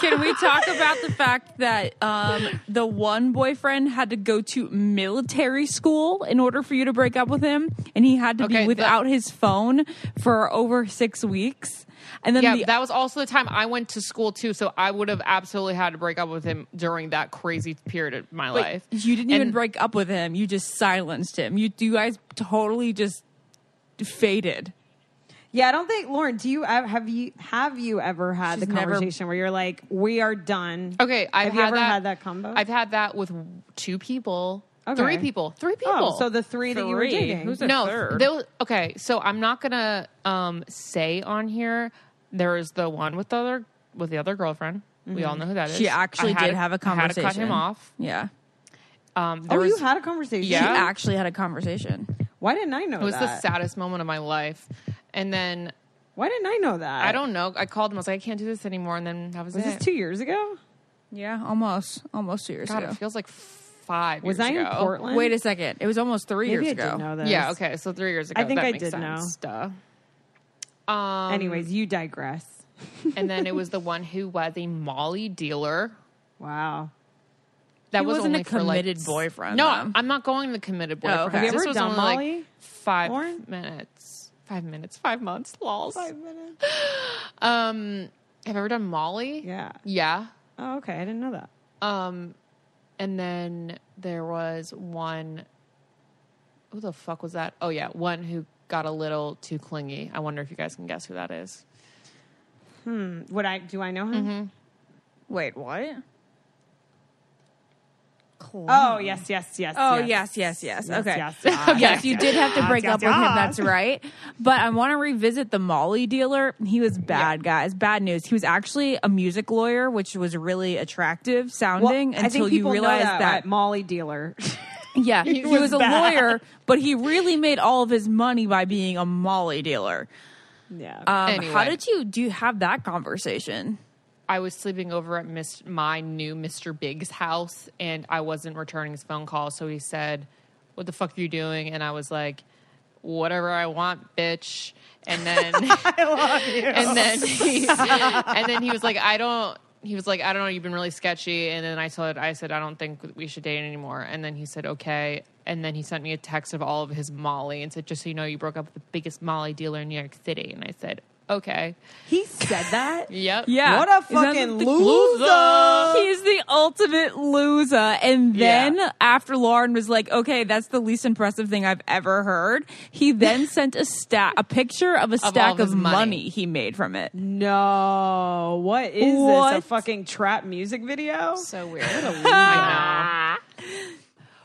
F: Can we talk about the fact that um, the one boyfriend had to go to military school in order for you to break up with him, and he had to
D: Okay,
F: be
D: that-
F: without his phone for over six weeks? And then
D: Yeah,
F: the
D: that was also the time I went to school too, so I would have absolutely had to break up with him during that crazy period of my
F: wait,
D: life.
F: you didn't
D: And-
F: even break up with him; you just silenced him. You, you guys totally just faded.
E: Yeah, I don't think Lauren. Do you ev- have you have you ever had
F: She's
E: the
F: never-
E: conversation where you're like, "We are done."
D: Okay, I've
E: have you ever
D: that,
E: had that combo?
D: I've had that with two people,
E: Okay.
D: Three people. Three people.
E: Oh, so the three, that you were
F: Three.
E: dating.
F: Who's the
D: no,
F: third?
D: there was- okay, so I'm not gonna um, say on here. There is the one with the other with the other girlfriend. We
E: Mm-hmm.
D: all know who that is.
F: She actually
D: I had
F: did
D: to-
F: have a
D: I
F: conversation.
D: had to cut him off.
F: Yeah.
D: Um, there
E: oh,
D: was,
E: you had a conversation.
F: She
D: Yeah.
F: actually had a conversation.
E: Why didn't I know
D: it was the
E: that?
D: saddest moment of my life. And then
E: Why didn't I know that?
D: I don't know. I called him. I was like, I can't do this anymore. And then that was,
E: Was
D: it.
E: this two years ago?
F: Yeah, almost. Almost two years
D: God,
F: ago.
D: it feels like five.
E: Was
D: years
E: I in
D: ago.
E: Portland?
F: Wait a second. It was almost three
E: Maybe
F: years
E: I
F: ago.
E: didn't know this.
D: Yeah. Okay. So three years ago.
E: I think
D: that
E: I
D: makes
E: did
D: sense. Duh. Um,
E: Anyways, you digress.
D: and then it was the one who was a Molly dealer.
E: Wow.
D: That
F: He
D: was
F: wasn't a
D: only for, like,
F: committed
D: s-
F: boyfriend,
D: No,
F: though. Oh,
D: I'm not going the committed boyfriend.
F: okay. Have
E: you
D: This
E: ever
D: was
E: done
D: only
E: Molly,
D: like five
E: Lauren?
D: minutes. Five minutes. Five months. Lols.
E: Five minutes.
D: Um, have you ever done Molly?
E: Yeah.
D: Yeah.
E: Oh, okay. I didn't know that.
D: Um, and then there was one. Who the fuck was that? Oh yeah, one who got a little too clingy. I wonder if you guys can guess who that is.
E: Would I? Do I know him?
F: Wait, what?
E: Oh yes, yes, yes.
F: Oh, yes, yes, yes. Okay.
E: [laughs] Yes, yes,
F: Yes, you did
E: [laughs]
F: have to break
E: yes,
F: up with him.
E: yes.
F: That's right. But I want to revisit the Molly dealer. He was bad, guys. Bad news. He was actually a music lawyer, which was really attractive
E: Well,
F: sounding
E: I
F: until
E: think
F: you
E: people
F: realize
E: know that,
F: that
E: right? Molly dealer. [laughs]
F: Yeah, he, was,
E: was
F: a
E: bad.
F: lawyer, but he really made all of his money by being a Molly dealer.
E: yeah.
F: Um, How
D: Anyway.
F: did you do? You have that conversation?
D: I was sleeping over at Miss, my new Mr. Big's house and I wasn't returning his phone call. So he said, What the fuck are you doing? And I was like, Whatever I want, bitch. And then [laughs] And then he, and then he was like, I don't he was like, I don't know, you've been really sketchy. And then I said I said, I don't think we should date anymore. And then he said, Okay. And then he sent me a text of all of his Molly and said, Just so you know, you broke up with the biggest Molly dealer in New York City. And I said, Okay.
E: he said [laughs] that.
D: Yep.
F: Yeah,
E: What a
F: Is that
E: fucking
F: the-
E: loser.
F: He's the ultimate loser. And then after Lauren was like, "Okay, that's the least impressive thing I've ever heard," he [laughs] then sent a stat, a picture of a
D: all
F: stack
D: of
F: of,
D: his
F: money.
D: money.
F: he made from it.
E: No. What is this? A
F: What?
E: fucking trap music video?
D: So weird. [laughs] I know.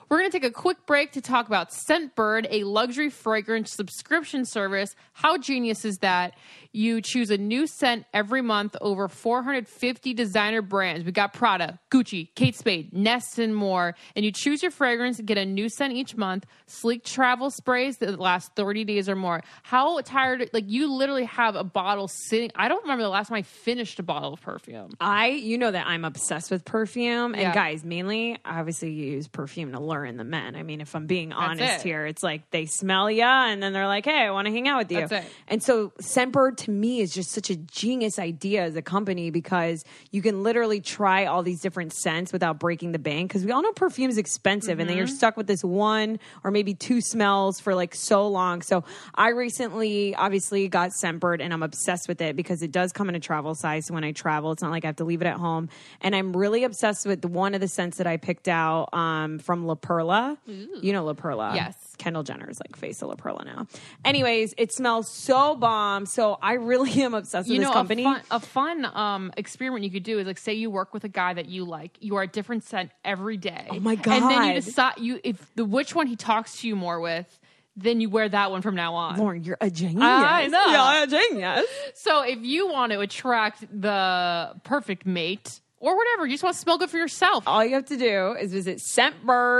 D: We're going to take a quick break to talk about Scentbird, a luxury fragrance subscription service. How genius is that? You choose a new scent every month, over 450 designer brands. We got Prada, Gucci, Kate Spade, Nest, and more. And you choose your fragrance, get a new scent each month, sleek travel sprays that last 30 days or more. How tired, like, you literally have a bottle sitting. I don't remember the last time I finished a bottle of perfume.
E: I, you know that I'm obsessed with perfume. And
D: Yeah.
E: guys, mainly, obviously, you use perfume to lure in the men. I mean, if I'm being honest
D: it.
E: here, it's like they smell ya, and then they're like, hey, I want to hang out with you.
D: That's it.
E: And so, Scentbird to me is just such a genius idea as a company because you can literally try all these different scents without breaking the bank. Because we all know perfume's expensive, and
D: Mm-hmm.
E: then you're stuck with this one or maybe two smells for like so long. So, I recently obviously got Scentbird, and I'm obsessed with it because it does come in a travel size. So, when I travel, it's not like I have to leave it at home. And I'm really obsessed with one of the scents that I picked out um, from La Perla. You know La Perla.
D: Yes.
E: Kendall Jenner's like face of La Perla now. Anyways, it smells so bomb. So I really am obsessed with this company.
D: A fun, a fun um, experiment you could do is like, say you work with a guy that you like. You are a different scent every day. Oh
E: my
D: And then
E: God.
D: you decide you if the which one he talks to you more with, then you wear that one from now on.
E: Lauren, you're a genius.
D: I know.
E: You're a genius.
D: So if you want to attract the perfect mate or whatever, you just want to smell good for yourself.
E: All you have to do is visit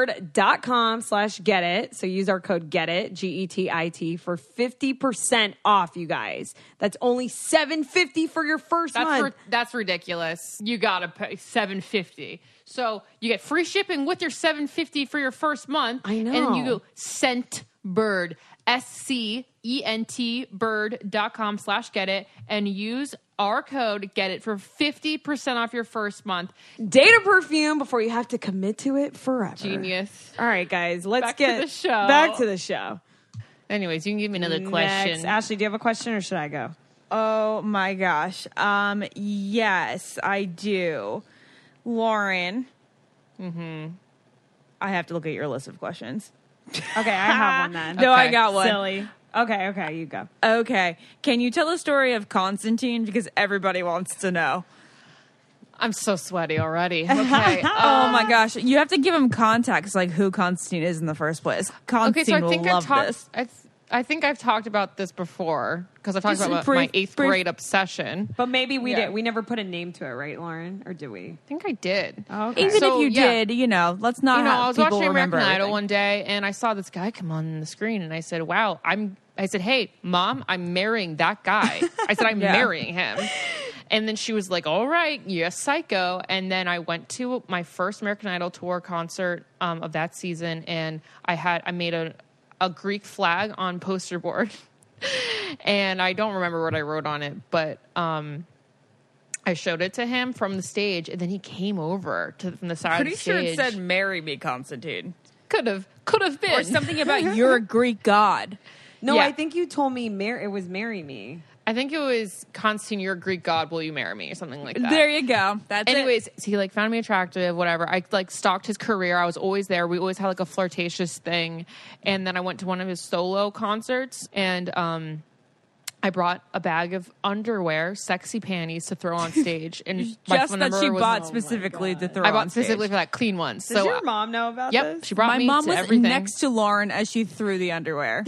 E: scentbird.com slash get it. So use our code get it, G E T I T, for 50% off, you guys. That's only 750 for your first
D: That's
E: month.
D: ri- that's ridiculous. You gotta pay seven fifty. So you get free shipping with your seven fifty for your first month.
E: I
D: And then you
E: know.
D: go scent bird s c e n t bird dot com slash get it and use our code get it for fifty percent off your first month.
E: Date a perfume before you have to commit to it forever.
D: Genius.
E: All right, guys, let's
D: Back to
E: get
D: the show.
E: back to the show.
D: Anyways, you can give me another
E: Next.
D: question.
E: Ashley, do you have a question or should I go?
F: Oh my gosh. Um. Yes, I do, Lauren. Hmm. I have to look at your list of questions.
E: Okay, I have one then.
F: [laughs] No, I
D: Okay.
F: got one.
E: Silly. Okay, okay, you go.
F: Okay. Can you tell a story of Constantine? Because everybody wants to know.
D: I'm so
F: [laughs]
D: sweaty already. Okay.
F: oh
D: Um,
F: my gosh, you have to give him context, like who Constantine is in the first place.
D: okay, so
F: Constantine
D: I think
F: will
D: I've
F: love
D: talked.
F: this.
D: I, th- I think I've talked about this before because I've talked
F: Just
D: about my
F: brief-
D: eighth
F: brief-
D: grade obsession.
E: But maybe we
D: Yeah.
E: did. We never put a name to it, right, Lauren? Or did we?
D: I think I did.
E: Okay.
F: Even
D: So,
F: if you
D: yeah.
F: did, you know, let's not.
D: you know,
F: have
D: I was
F: people
D: watching
F: remember
D: American Idol
F: everything.
D: one day, and I saw this guy come on the screen, and I said, "Wow, I'm." I said, "Hey, mom, I'm marrying that guy." I said,
F: [laughs]
D: "I'm
F: Yeah.
D: marrying him," and then she was like, "All right, you're a psycho." And then I went to my first American Idol tour concert um, of that season, and I had I made a a Greek flag on poster board, [laughs] and I don't remember what I wrote on it, but. um I showed it to him from the stage, and then he came over to from the side
F: Pretty
D: of the stage.
F: sure it said "Marry me, Constantine,"
D: Could have, could have been
F: or something [laughs] about you're a Greek god.
E: No,
D: Yeah.
E: I think you told me mar- it was marry me.
D: I think it was Constantine, you're a Greek god. Will you marry me, or something like
F: [laughs]
D: that?
F: There you go. That's it.
D: Anyways, he like found me attractive, whatever. I like stalked his career. I was always there. We always had like a flirtatious thing, and then I went to one of his solo concerts, and um, I brought a bag of underwear, sexy panties to
F: [laughs]
D: throw on stage, and my
F: Just
D: phone
F: that
D: number
F: she
D: was-
F: bought specifically to throw.
D: I
F: on
D: bought
F: stage.
D: specifically for that clean ones.
E: Did
D: so uh,
E: your mom know about
D: Yep,
E: this?
D: she brought
F: My
D: me
F: mom
D: to
F: was
D: everything.
F: next to Lauren as she threw the
D: [laughs]
F: underwear.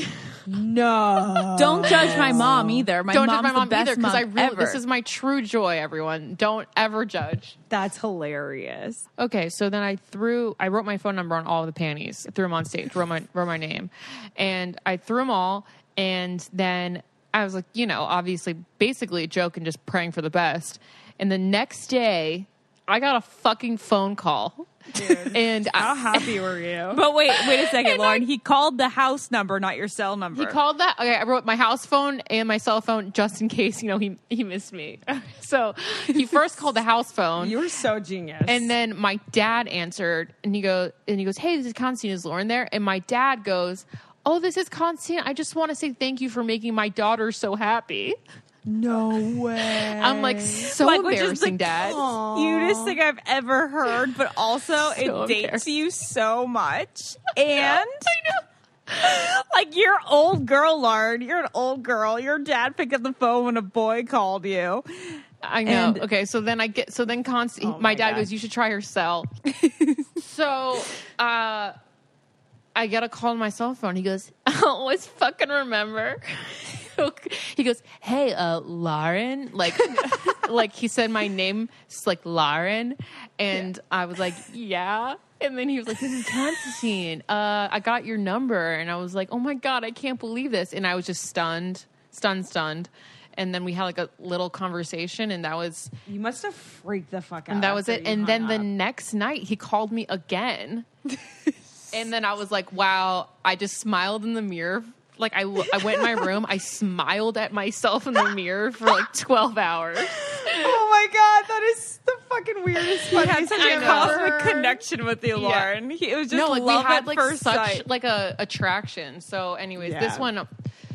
E: no.
F: Don't judge my mom either. My
D: Don't
F: mom's
D: judge my
F: the
D: mom
F: best
D: either because
F: mom
D: I really
F: ever.
D: this is my true joy. Everyone, don't ever judge.
E: That's hilarious.
D: Okay, so then I threw, I wrote my phone number on all of the panties, I threw them on stage, wrote my, wrote my name, and I threw them all. And then I was like, you know, obviously, basically a joke and just praying for the best. And the next day, I got a fucking phone call, [laughs] and
E: How
D: I,
E: happy were you?
F: But wait, wait a
D: [laughs]
F: second, Lauren. he called the house number, not your cell number.
D: he called that. Okay, I wrote my house phone and my cell phone just in case, you know, he he missed me. [laughs] so he first called the house phone.
E: [laughs] you were so genius.
D: And then my dad answered, and he goes, and he goes, "Hey, this is Constantine. Is Lauren there?" And my dad goes, "Oh, this is Constantine. I just want to say thank you for making my daughter so happy."
E: no way.
D: I'm like, so
F: Like, which is the
D: embarrassing, Dad.
F: Cutest thing I've ever heard, but
D: [laughs]
F: also it dates
D: embarrassing.
F: you so
D: [laughs]
F: much. And [laughs] like you're an old girl, Lauren. You're an old girl. Your dad picked up the phone when a boy called you.
D: I know.
F: And-
D: okay, so then I get so then Constantine. my,
E: Oh my
D: dad
E: God.
D: goes, "You should try
E: [laughs]
D: her cell." so uh, I get a call on my cell phone. He goes, [laughs] "I always fucking remember." [laughs] he goes, "Hey, uh, Lauren," like, like he said my name, it's like Lauren, and I was like, "Yeah." And then he was like, "This is Constantine. Uh, I got your number," and I was like, "Oh my god, I can't believe this!" And I was just stunned, stunned, stunned. And then we had like a little conversation, and that was
E: you must have freaked the fuck out.
D: and that was
E: after
D: it.
E: you
D: And then
E: hung
D: the
E: up.
D: next night, he called me
F: [laughs]
D: again. and then I was like, wow, I just smiled in the mirror. Like, I, I went in my room, I smiled at myself in the mirror for like 12 hours.
E: Oh my god, that is the fucking weirdest.
F: He had such
D: I
F: a
D: know.
F: cosmic connection with you, Lauren. He, it was just
D: no, like,
F: love
D: we had
F: at
D: like
F: first
D: such
F: sight.
D: like a attraction. So, anyways, this
E: Yeah.
D: one,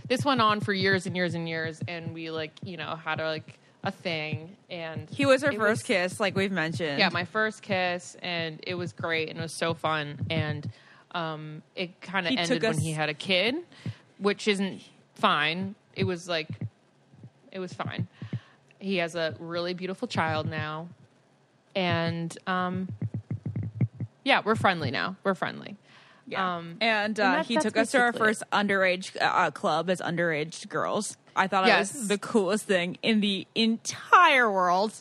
D: this went on for years and years and years. And we like, you know, had a, like a thing. And
F: He was her
D: it
F: first kiss, like we've mentioned.
D: yeah my first kiss and it was great and it was so fun and um, it kind of
F: He
D: ended
F: took
D: when
F: us-
D: he had a kid which isn't fine it was like it was fine he has a really beautiful child now and um, yeah we're friendly now we're friendly
F: Yeah.
D: Um,
F: and uh,
D: that-
F: he
D: that's
F: took us to our
D: basically it.
F: first underage uh, club as underage girls. I thought it
D: Yes.
F: was the coolest thing in the entire world.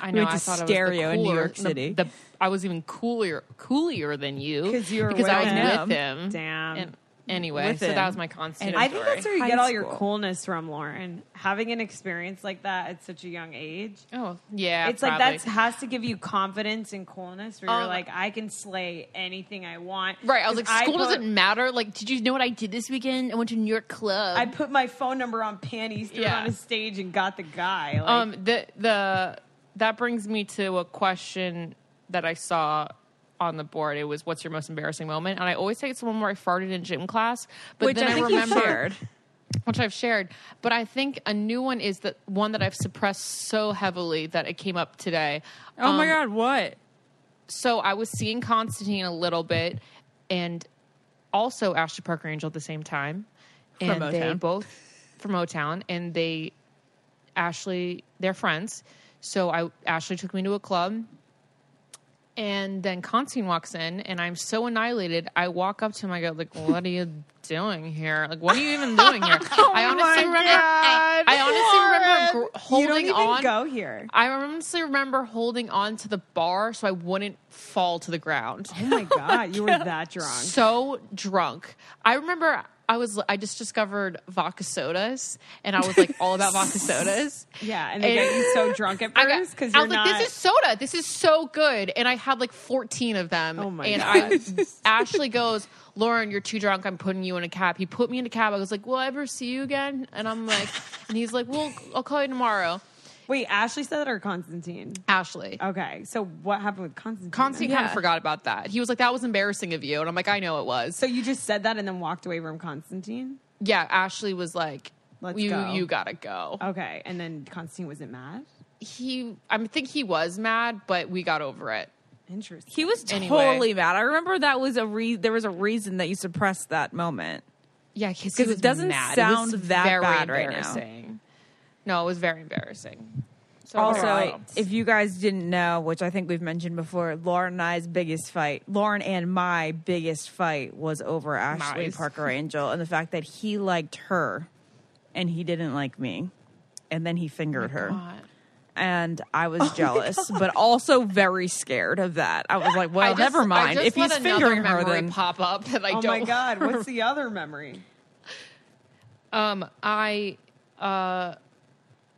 D: I
F: We
D: know.
F: went
D: I
F: to
D: thought
F: Stereo
D: I was the
F: in New
D: cooler-
F: York
D: the-
F: City.
D: The, I was even cooler, cooler than you
E: 'Cause you were
D: because I was
E: with
F: him.
D: with him.
E: Damn.
D: And anyway,
F: With
D: so
F: him.
D: that was my constant.
F: And
E: I think that's where you
F: High
E: get all your
F: school.
E: coolness from, Lauren. Having an experience like that at such a young age.
D: Oh yeah,
E: it's like
D: probably.
E: that has to give you confidence and coolness where you're
D: Um,
E: like, I can slay anything I want.
D: Right. I was
E: 'Cause
D: like, school
E: put-
D: doesn't matter. Like, did you know what I did this weekend? I went to New York Club.
E: I put my phone number on panties, threw
D: Yeah.
E: it on a stage, and got the guy. Like,
D: um, the the that brings me to a question that I saw on the board. It was, "What's your most embarrassing moment?" And I always say it's the one where I farted in gym class. But
F: Which
D: then
F: I
D: I,
F: think you
D: remember,
F: shared.
D: which I've shared. But I think a new one is the one that I've suppressed so heavily that it came up today. Um,
F: Oh my god, what?
D: so I was seeing Constantine a little bit and also Ashley Parker Angel at the same time. And
F: From
D: they
F: Motown.
D: both from Motown and they Ashley, they're friends. So I Ashley took me to a club and then Constantine walks in, and I'm so annihilated. I walk up to him. I go, like, what are you doing here? Like, what are you even
E: [laughs]
D: doing here? I honestly remember. I, I honestly remember gr- holding
E: Oh you don't even
D: on.
E: go here.
D: I honestly remember holding on to the bar so I wouldn't fall to the ground.
E: Oh
D: [laughs]
E: my god, you were that drunk.
D: So drunk. I remember. I was I just discovered vodka sodas and I was like all
E: [laughs]
D: about vodka sodas.
E: Yeah, and they get you so drunk at
D: eh, I, got,
E: first because
D: I
E: you're
D: was
E: not.
D: like, this is soda. This is so good. And I had like 14 of them.
E: Oh my
D: and I, Ashley goes, Lauren, you're too drunk. I'm putting you in a cab. He put me in a cab. I was like, will I ever see you again? And I'm like, and he's like, well, I'll call you tomorrow.
E: Wait, Ashley said that or Constantine?
D: Ashley.
E: Okay, so what happened with Constantine? then?
D: Constantine kind of forgot about that. He was like, that was embarrassing of you. And I'm like, I know it was.
E: So you just said that and then walked away from Constantine?
D: yeah, Ashley was like,
E: Let's
D: you,
E: go.
D: you gotta go.
E: Okay, and then Constantine wasn't mad.
D: He, I think he was mad, but we got over it.
E: Interesting.
F: He was
D: Anyway.
F: totally mad. I remember that was a re- there was a reason that you suppressed that moment.
D: Yeah, because
F: 'Cause it doesn't sound that bad right now.
D: No, it was very embarrassing. So
F: Also, if you guys didn't know, which I think we've mentioned before, Lauren and I's biggest fight, Lauren and my biggest fight was over Ashley
D: Nice.
F: Parker Angel and the fact that he liked her and he didn't like me. And then he fingered
E: Oh
F: her. And I
E: [laughs]
F: was jealous, but also very scared of that. I was like, well,
D: I just-
F: never
D: I
F: mind.
D: just
F: If
D: let
F: he's
D: another
F: fingering her,
D: memory
F: then.
D: pop up that I
E: Oh
D: don't.
E: my god,
D: [laughs]
E: what's the other memory?
D: Um, I uh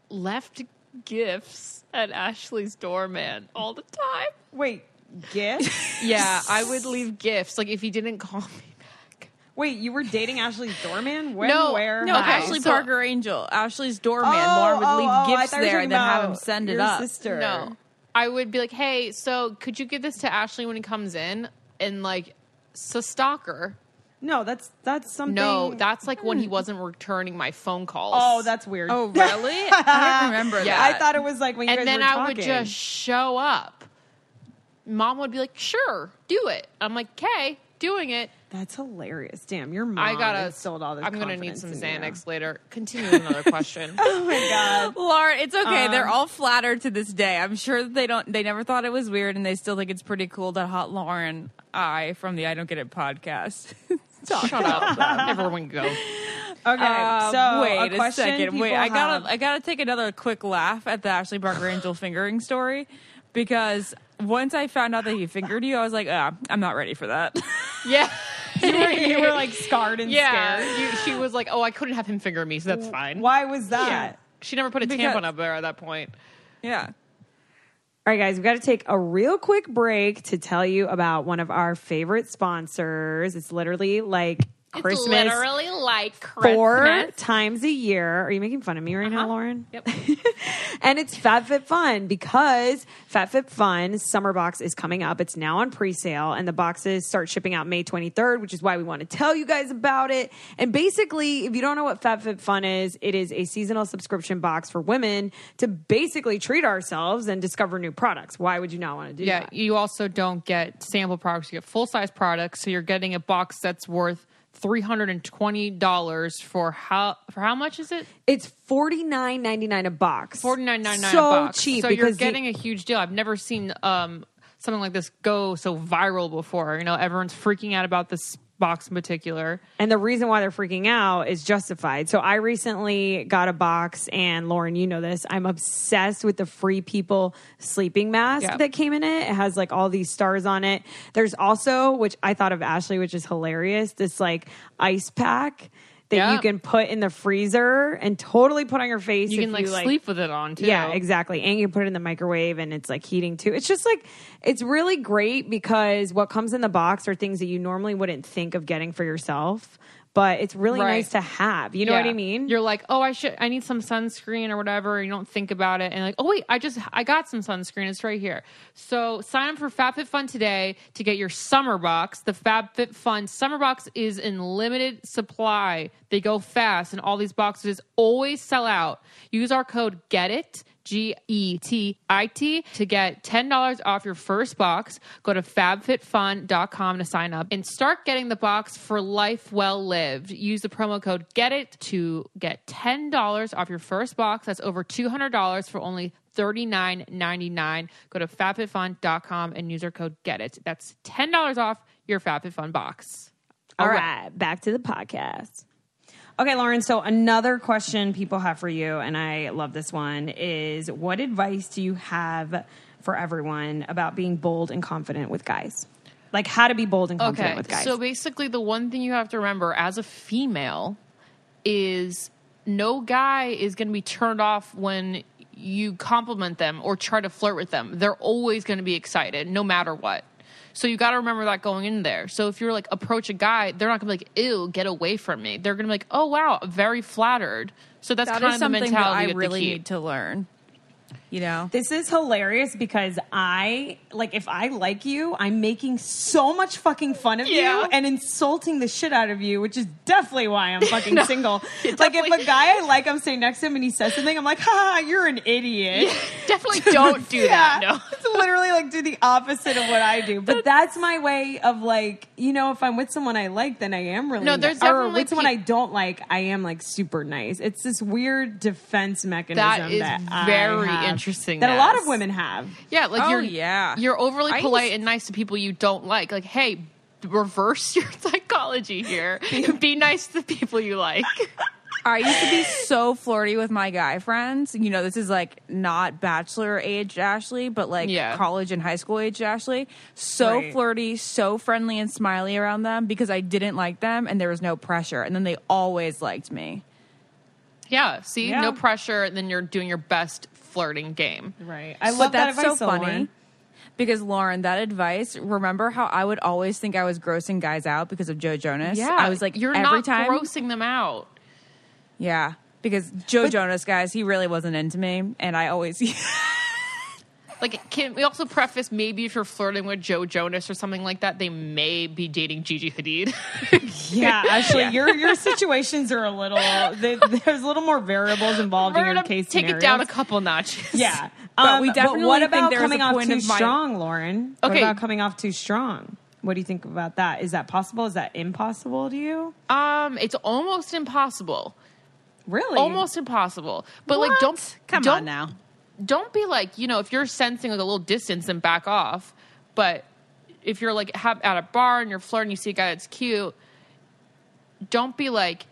D: left gifts at Ashley's doorman all the time.
E: Wait, gift?
D: [laughs] Yeah, I would leave gifts like if he didn't call me back.
E: Wait, you were dating Ashley's doorman? When,
D: No,
E: where?
F: No,
D: Okay,
E: how?
F: Ashley
D: so-
F: Parker Angel, Ashley's doorman.
E: Oh,
F: Lauren would
E: oh,
F: leave
E: oh, I
F: gifts
E: thought you were
F: there and then
E: talking
F: have him
E: about
F: send it
E: your
F: up.
E: Sister.
D: No, I would be like, hey, so could you give this to Ashley when he comes in and like. So stalker.
E: no, that's that's something. Hmm.
D: No, that's like when he wasn't returning my phone calls.
E: oh, that's weird.
F: Oh, really? I
E: [laughs]
F: don't remember
D: Yeah.
F: that.
E: I thought it was like when you guys
D: and then
E: were
D: I
E: talking.
D: would just show up. Mom would be like, "Sure, do it." I'm like, "Okay, doing it."
E: That's hilarious. Damn, your mom
D: I gotta.
E: instilled all this.
D: I'm gonna need
E: confidence
D: some
E: in you.
D: Xanax later. Continue with another question.
E: [laughs] Oh my god.
D: [laughs]
F: Lauren, it's okay. They're all flattered to this day. I'm sure that they don't. They never thought it was weird, and they still think it's pretty cool that Hot Lauren I from the I Don't Get It podcast. [laughs]
E: [laughs]
D: Shut up. Everyone go.
E: Okay,
F: Um,
E: so
F: wait
E: a, question
F: second. Wait,
E: people
F: I gotta
E: have-
F: I gotta take another quick laugh at the Ashley Parker Angel fingering story because once I found out that he fingered you, I was like, ah, I'm not ready for [laughs] that.
D: Yeah.
E: you, were, you were like scarred and
D: [laughs] Yeah.
E: scared.
D: You, she was like, "Oh, I couldn't have him finger me, so that's fine."
E: Why was that?
D: She never put a
F: Because-
D: tampon up there at that point.
F: yeah.
E: All right, guys, we've got to take a real quick break to tell you about one of our favorite sponsors. It's literally like Christmas
D: like
E: four times a year. Are you making fun of me right
D: Uh-huh.
E: now, Lauren? Yep. [laughs] and it's FatFitFun because FatFitFun Summer Box is coming up. It's now on pre-sale, and the boxes start shipping out May 23rd, which is why we want to tell you guys about it. And basically, if you don't know what FatFitFun is, it is a seasonal subscription box for women to basically treat ourselves and discover new products. Why would you not want to do
D: Yeah,
E: that?
D: you also don't get sample products. You get full size products, so you're getting a box that's worth three hundred and twenty dollars for how for how much is it?
E: It's forty nine ninety nine a box.
D: Forty nine ninety nine.
E: So
D: box.
E: cheap.
D: So you're
E: because the-
D: getting a huge deal. I've never seen um, something like this go so viral before. You know, everyone's freaking out about this box in particular.
E: And the reason why they're freaking out is justified. So I recently got a box, and Lauren, you know this. I'm obsessed with the Free People sleeping mask
D: Yeah.
E: that came in it. It has like all these stars on it. There's also, which I thought of Ashley, which is hilarious, this like ice pack that
D: Yeah.
E: you can put in the freezer and totally put on your face.
D: You
E: if
D: can like, sleep with it on too.
E: yeah, exactly. And you can put it in the microwave and it's like heating too. It's just like it's really great because what comes in the box are things that you normally wouldn't think of getting for yourself, but it's really
D: Right.
E: nice to have. You know what
D: Yeah.
E: I mean?
D: You're like, oh, I should, I need some sunscreen or whatever. You don't think about it, and like, oh wait, I just, I got some sunscreen. It's right here. So sign up for FabFitFun today to get your summer box. The FabFitFun summer box is in limited supply. They go fast, and all these boxes always sell out. Use our code Get It. G E T I T to get $10 off your first box. Go to fabfitfun.com to sign up and start getting the box for life well lived. Use the promo code GET IT to get $10 off your first box. That's over $200 for only $39.99. Go to fabfitfun.com and use our code GET IT. That's $10 off your FabFitFun box.
E: All right, back to the podcast. Okay, Lauren, so another question people have for you, and I love this one, is what advice do you have for everyone about being bold and confident with guys? Like how to be bold and confident with guys.
D: So basically, the one thing you have to remember as a female is no guy is going to be turned off when you compliment them or try to flirt with them. They're always going to be excited, no matter what. So you got to remember that going in there. So if you're like approach a guy, they're not going to be like, "Ew, get away from me." They're going to be like, "Oh wow, very flattered." So that's
F: That is
D: kind of the
F: something
D: mentality
F: that I
D: you have to
F: really
D: keep.
F: need to learn. You know,
E: This is hilarious because I like if I like you, I'm making so much fucking fun of
D: Yeah.
E: you and insulting the shit out of you, which is definitely why
D: [laughs]
E: I'm fucking single.
D: it
E: Like if
D: definitely-
E: a guy I like, I'm sitting next to him and he says something, I'm like, ha, you're an idiot.
F: [laughs]
D: Definitely don't do that. No.
E: it's literally like do the opposite of what I do. But that's my way of like, you know, if I'm with someone I like, then I am really
D: No, there's
E: ni- or
D: definitely
E: with someone
D: pe-
E: I don't like, I am like super nice. It's this weird defense mechanism
D: That
E: that
D: is
E: I
D: very
E: have,
D: interesting,
E: That a lot of
D: Ness.
E: women have.
D: Yeah, like
F: Oh,
D: you're
F: yeah.
D: you're overly
F: I
D: polite
F: used-
D: and nice to people you don't like. Like, hey, reverse [laughs] your
F: [laughs]
D: psychology here. Be nice to the people you like.
F: I used to be so flirty with my guy friends. You know, this is like not bachelor age Ashley, but like
D: Yeah.
F: college and high school age Ashley. So
E: Right.
F: flirty, so friendly and smiley around them because I didn't like them and there was no pressure. And then they always liked me.
D: Yeah, see,
E: Yeah.
D: no pressure, and then you're doing your best flirting game.
E: Right. I
F: But
E: love that
F: that's
E: advice,
F: so funny. Because Lauren, that advice. Remember how I would always think I was grossing guys out because of Joe Jonas? I was like,
D: you're
F: every
D: not
F: time,
D: grossing them out.
F: yeah. Because Joe Jonas, guys, he really wasn't into me, and I always [laughs]
D: Like, can we also preface maybe if you're flirting with Joe Jonas or something like that, they may be dating
F: [laughs]
D: Gigi Hadid. [laughs]
E: Yeah, actually, your your situations are a little. They, there's a little more variables involved
D: We're
E: in your
D: gonna
E: case.
D: take it down a
E: scenarios.
D: couple notches.
F: [laughs]
E: Yeah,
F: But
E: Um,
F: we definitely
E: what
F: think
E: about
F: there was a
E: coming off
F: point
E: too
F: of my-
E: strong, Lauren?
D: Okay.
E: What about coming off too strong? What do you think about that? Is that possible? Is that impossible to you?
D: Um, it's almost impossible.
E: Really?
D: Almost impossible. But like, don't
F: come
D: don't,
F: on now.
D: don't be like you know if you're sensing like a little distance then back off but if you're like have, at a bar and you're flirting you see a guy that's cute don't be like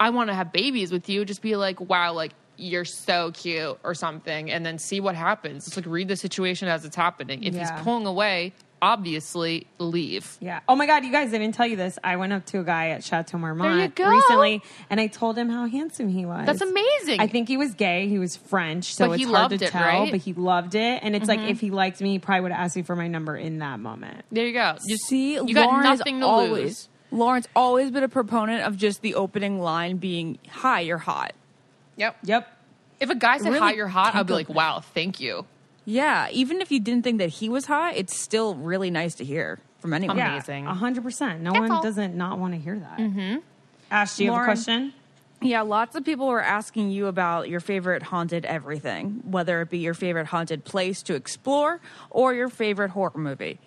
D: i want to have babies with you just be like wow like you're so cute or something and then see what happens just like read the situation as it's happening if
E: Yeah.
D: he's pulling away obviously leave
E: Yeah. Oh my God, you guys, I didn't tell you this. I went up to a guy at Chateau Marmont
D: There you go.
E: recently and I told him how handsome he was.
D: That's amazing.
E: I think he was gay. He was French, so
D: But
E: it's
D: he
E: hard
D: loved
E: to
D: it,
E: tell,
D: right? Mm-hmm.
E: but he loved it. And it's like, if he liked me, he probably would have asked me for my number in that moment.
D: there you go just
F: See,
D: you
F: Lauren's
D: got nothing to
F: always,
D: lose
F: Lauren's always been a proponent of just the opening line being "Hi, you're hot."
D: yep
E: Yep.
D: if a guy said
F: Really
D: hi you're hot i'd be
F: tangled
D: like wow thank you
F: Yeah, even if you didn't think that he was hot, it's still really nice to hear from anyone.
E: Yeah,
D: Amazing.
E: 100%. No one
D: all.
E: doesn't not want to hear that. Mm-hmm. Ash, do you
F: Lauren-
E: have a question?
F: Yeah, lots of people were asking you about your favorite haunted everything, whether it be your favorite haunted place to explore or your favorite horror movie.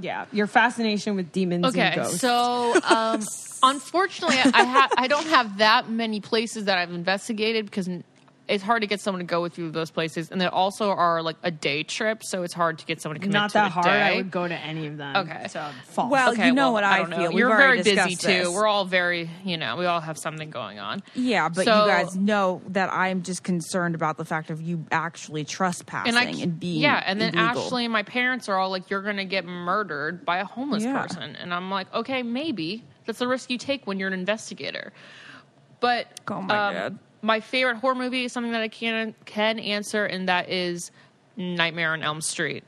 E: Yeah. Your fascination with demons and
D: Okay,
E: ghosts.
D: so
F: [laughs]
D: um, unfortunately, I ha- I don't have that many places that I've investigated because n- it's hard to get someone to go with you to those places, and they also are like a day trip, so it's hard to get someone to commit
E: not
D: to
E: that
D: a
E: hard. I
D: day.
E: would go to any of them.
D: Okay.
E: So false.
F: Well,
D: Okay,
F: you know
D: well,
F: what I,
D: don't know.
F: feel. We've
D: You're very
F: already
D: busy
F: discussed this.
D: too. We're all very, you know, we all have something going on.
F: Yeah, but
D: So-
F: you guys know that I'm just concerned about the fact of you actually trespassing and,
D: c-
F: being
D: yeah and then
F: illegal.
D: ashley and my parents are all like you're gonna get murdered by a homeless
F: Yeah.
D: person and i'm like okay maybe that's the risk you take when you're an investigator but um,
F: Oh my God.
D: my favorite horror movie is something that i can can answer and that is nightmare on elm street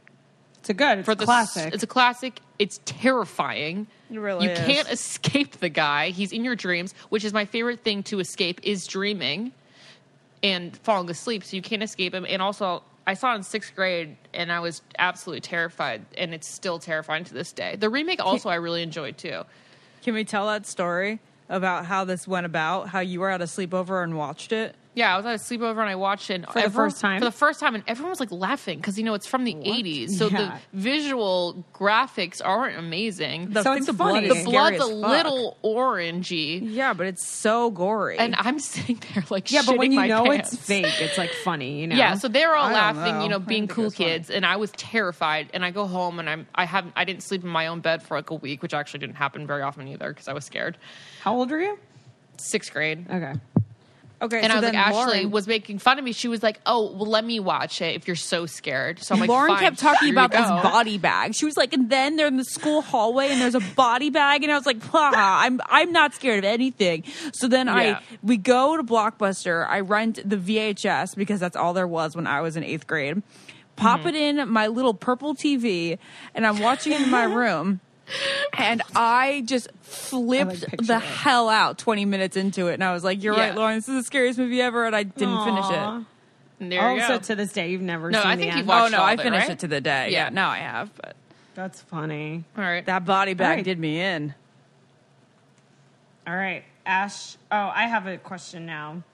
E: it's a good. It's
D: for
E: a
D: the
E: classic.
D: It's a classic. It's terrifying. It
F: really
D: you
F: is.
D: can't escape the guy. He's in your dreams, which is my favorite thing to escape is dreaming and falling asleep. So you can't escape him. And also, I saw it in sixth grade, and I was absolutely terrified, and it's still terrifying to this day. The remake also I really enjoyed too.
F: Can we tell that story about how this went about? How you were at a sleepover and watched it?
D: Yeah, I was at a sleepover and I watched it
E: For the first time?
D: For the first time, and everyone was like laughing because you know it's from the '80s, so
E: Yeah.
D: the visual graphics aren't amazing.
E: So
F: I think
E: it's
F: the blood
E: funny.
F: is
D: the
E: The
F: scary
D: blood's a
F: as fuck.
D: little orangey,
F: Yeah, but it's so gory.
D: and I'm sitting [laughs] there like
E: Yeah, but when
D: shitting
E: you
D: my
E: know
D: pants.
E: it's fake, it's like funny, you know.
D: Yeah, so they were all
F: I don't
D: laughing,
F: know.
D: you know,
F: I
D: being
F: think it
D: cool
F: was funny.
D: kids, and I was terrified. And I go home, and I'm I haven't I didn't sleep in my own bed for like a week, which actually didn't happen very often either because I was scared.
E: How old are you?
D: Sixth grade,
E: Okay.
F: okay,
D: and
F: so
D: I was like,
F: then
D: Ashley
F: Lauren-
D: was making fun of me. She was like, "Oh, well, let me watch it if you're so scared." So I'm like,
F: Lauren
D: "Fine,
F: kept talking
D: here
F: about
D: you
F: this
D: go."
F: body bag. She was like, and then they're in the school hallway and there's a body bag, and I was like, "Pah, I'm I'm not scared of anything. So then
D: Yeah.
F: I we go to Blockbuster. I rent the VHS because that's all there was when I was in eighth grade.
D: Mm-hmm.
F: Pop it in my little purple TV, and I'm watching it in
D: [laughs]
F: my room. And I just flipped
E: picture
F: the
E: it.
F: hell out 20 minutes into it. And I was like, You're
D: Yeah.
F: right, Lauren, this is the scariest movie ever. And I didn't
E: Aw.
F: finish it.
D: And there you
E: Also,
D: go.
E: to this day, you've never
D: No,
E: seen
D: I
E: the
D: think
E: end.
D: you've watched
F: oh, no,
D: all
F: I
D: of it,
F: finished
D: right?
F: it to the day.
D: Yeah.
F: Yeah, now I have. But
E: That's funny.
D: all right.
F: That body bag
E: right.
F: did me in.
E: All right, Ash. Oh, I have a question now.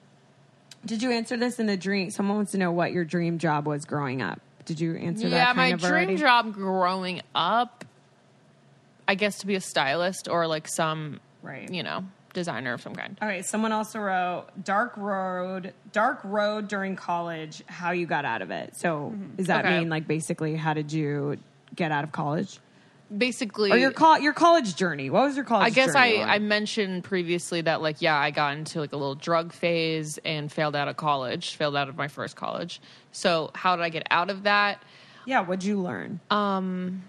E: Did you answer this in the dream? Someone wants to know what your dream job was growing up. Did you answer
D: yeah,
E: that? kind
D: my
E: of
D: dream
E: already?
D: job growing up, I guess, to be a stylist or like some,
E: Right. Oh,
D: you know, designer of some kind.
E: All right. Someone also wrote dark road, dark road during college. How you got out of it? So does that
D: Mm-hmm. Okay.
E: mean like basically how did you get out of college
D: Basically,
E: or your col- your college journey? What was your college?
D: I guess
E: journey
D: I,
E: like?
D: I mentioned previously that like yeah I got into like a little drug phase and failed out of college, failed out of my first college. So how did I get out of that?
E: yeah. What'd you learn?
D: Um,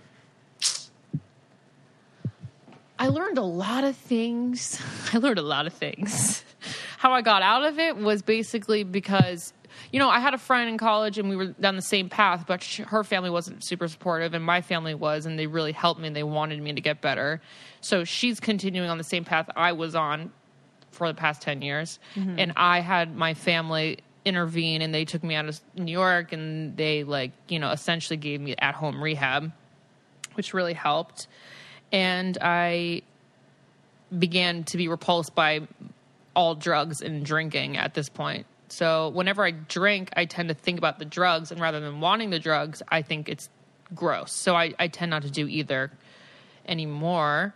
D: I learned a lot of things. [laughs] I learned a lot of things. [laughs] How I got out of it was basically because, you know, I had a friend in college and we were down the same path, but sh her family wasn't super supportive and my family was, and they really helped me and they wanted me to get better. So she's continuing on the same path I was on for the past 10 years. And I had my family intervene and they took me out of New York and they, like, you know, essentially gave me at home rehab which really helped. And I began to be repulsed by all drugs and drinking at this point. So whenever I drink, I tend to think about the drugs, and rather than wanting the drugs, I think it's gross. So I, I tend not to do either anymore.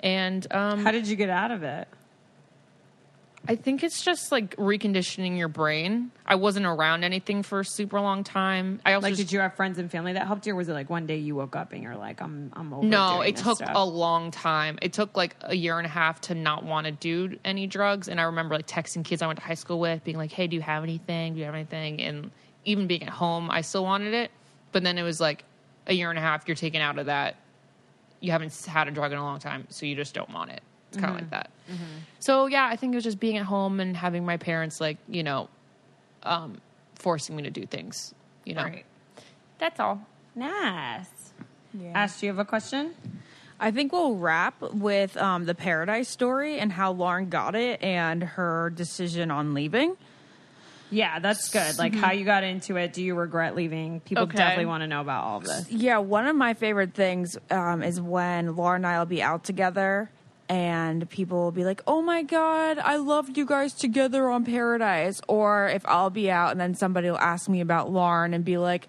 D: And um,
E: how did you get out of it?
D: I think it's just like reconditioning your brain. I wasn't around anything for a super long time. I also
E: Like,
D: just-
E: did you have friends and family that helped you, or was it like one day you woke up and you're like, I'm, I'm over?
D: No,
E: doing
D: it
E: this
D: took
E: stuff?
D: a long time. It took like a year and a half to not want to do any drugs. And I remember like texting kids I went to high school with, being like, "Hey, do you have anything? Do you have anything?" And even being at home, I still wanted it. But then it was like a year and a half. You're taken out of that. You haven't s- had a drug in a long time, so you just don't want it. It's
E: Mm-hmm.
D: kind of like that. So yeah, I think it was just being at home and having my parents like you know, um, forcing me to do things. You know,
E: Right.
D: that's all.
E: Nice. Ash, do you have a question?
F: I think we'll wrap with um, the Paradise story and how Lauren got it and her decision on leaving.
E: Yeah, that's good. Like how you got into it. Do you regret leaving? People
D: Mm-hmm. Okay.
E: definitely want to know about all of this.
F: Yeah, one of my favorite things um, is when Lauren and I will be out together and people will be like, oh my God, I loved you guys together on Paradise. Or if I'll be out and then somebody will ask me about Lauren and be like,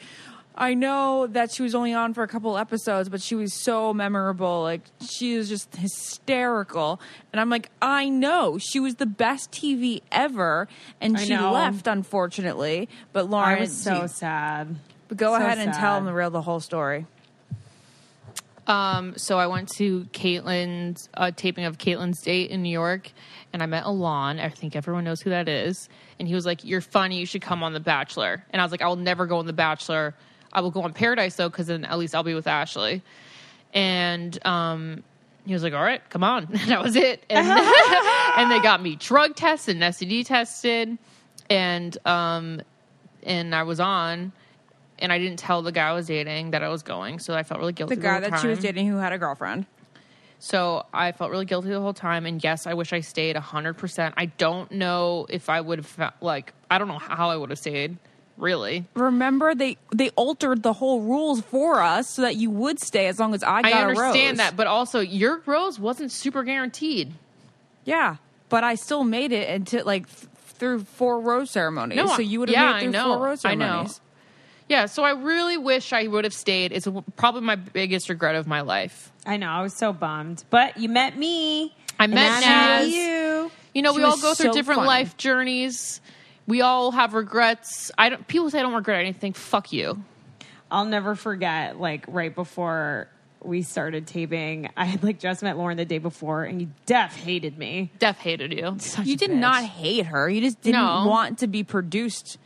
F: I know that she was only on for a couple episodes, but she was so memorable. Like, she is just hysterical. And I'm like, I know. She was the best TV ever. And
E: I
F: she
E: know.
F: left, unfortunately. But
E: I
F: Lauren,
E: was so
F: she-
E: sad.
F: but go
E: so
F: ahead and tell
E: sad.
F: them the real, the whole story.
D: Um, so I went to Caitlin's uh, taping of Caitlin's date in New York, and I met Alon. I think everyone knows who that is. And he was like, "You're funny. You should come on The Bachelor." And I was like, "I will never go on The Bachelor. I will go on Paradise though, because then at least I'll be with Ashley." And um, he was like, "All right, come on." [laughs] And that was it. And, and they got me drug tested, and STD tested, and um, and I was on. And I didn't tell the guy I was dating that I was going, so I felt really guilty.
F: the guy
D: whole
F: that she was
D: time.
F: dating who had a girlfriend.
D: So I felt really guilty the whole time. And yes, I wish I stayed 100%. I don't know if I would have, fe- like, I don't know how I would have stayed, really.
F: Remember, they they altered the whole rules for us so that you would stay as long as I got
D: I
F: a rose.
D: understand that. But also, your rose wasn't super guaranteed.
F: Yeah, but I still made it until like th- through four rose ceremonies.
D: No, I-
F: Eh, so you would have
D: yeah,
F: made it
D: I
F: through
D: know.
F: four rose
D: I know.
F: ceremonies.
D: Yeah, so I really wish I would have stayed. It's probably my biggest regret of my life.
E: I know. I was so bummed, but you met me.
D: I
E: and
D: met
E: I met
D: Naz.
E: you.
D: You know,
F: She
D: we all
F: was
D: go through
F: so
D: different
F: funny.
D: life journeys. We all have regrets. I don't. People say I don't regret anything. Fuck you.
E: I'll never forget, like, right before we started taping, I had, like, just met Lauren the day before, and you def hated me.
D: Death hated you.
F: You did not hate her. You just didn't
D: No.
F: want to be produced.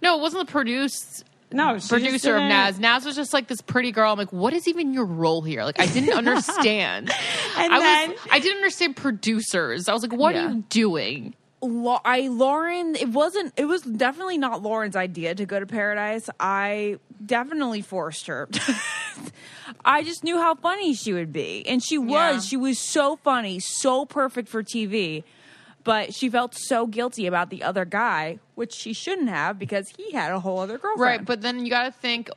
D: No, it wasn't the produced
E: No, she just
D: producer of
E: didn't-
D: Naz. Naz was just like this pretty girl. I'm like, what is even your role here? Like, I [laughs] didn't understand.
E: And
D: I
E: then-
D: was. I didn't understand producers. I was like, what
F: Yeah.
D: are you doing?
F: Lau- I Lauren, it wasn't. It was definitely not Lauren's idea to go to paradise. I definitely forced her. [laughs] I just knew how funny she would be, and she was.
D: Yeah.
F: She was so funny, so perfect for TV. But she felt so guilty about the other guy, which she shouldn't have because he had a whole other girlfriend.
D: Right, but then you got to think,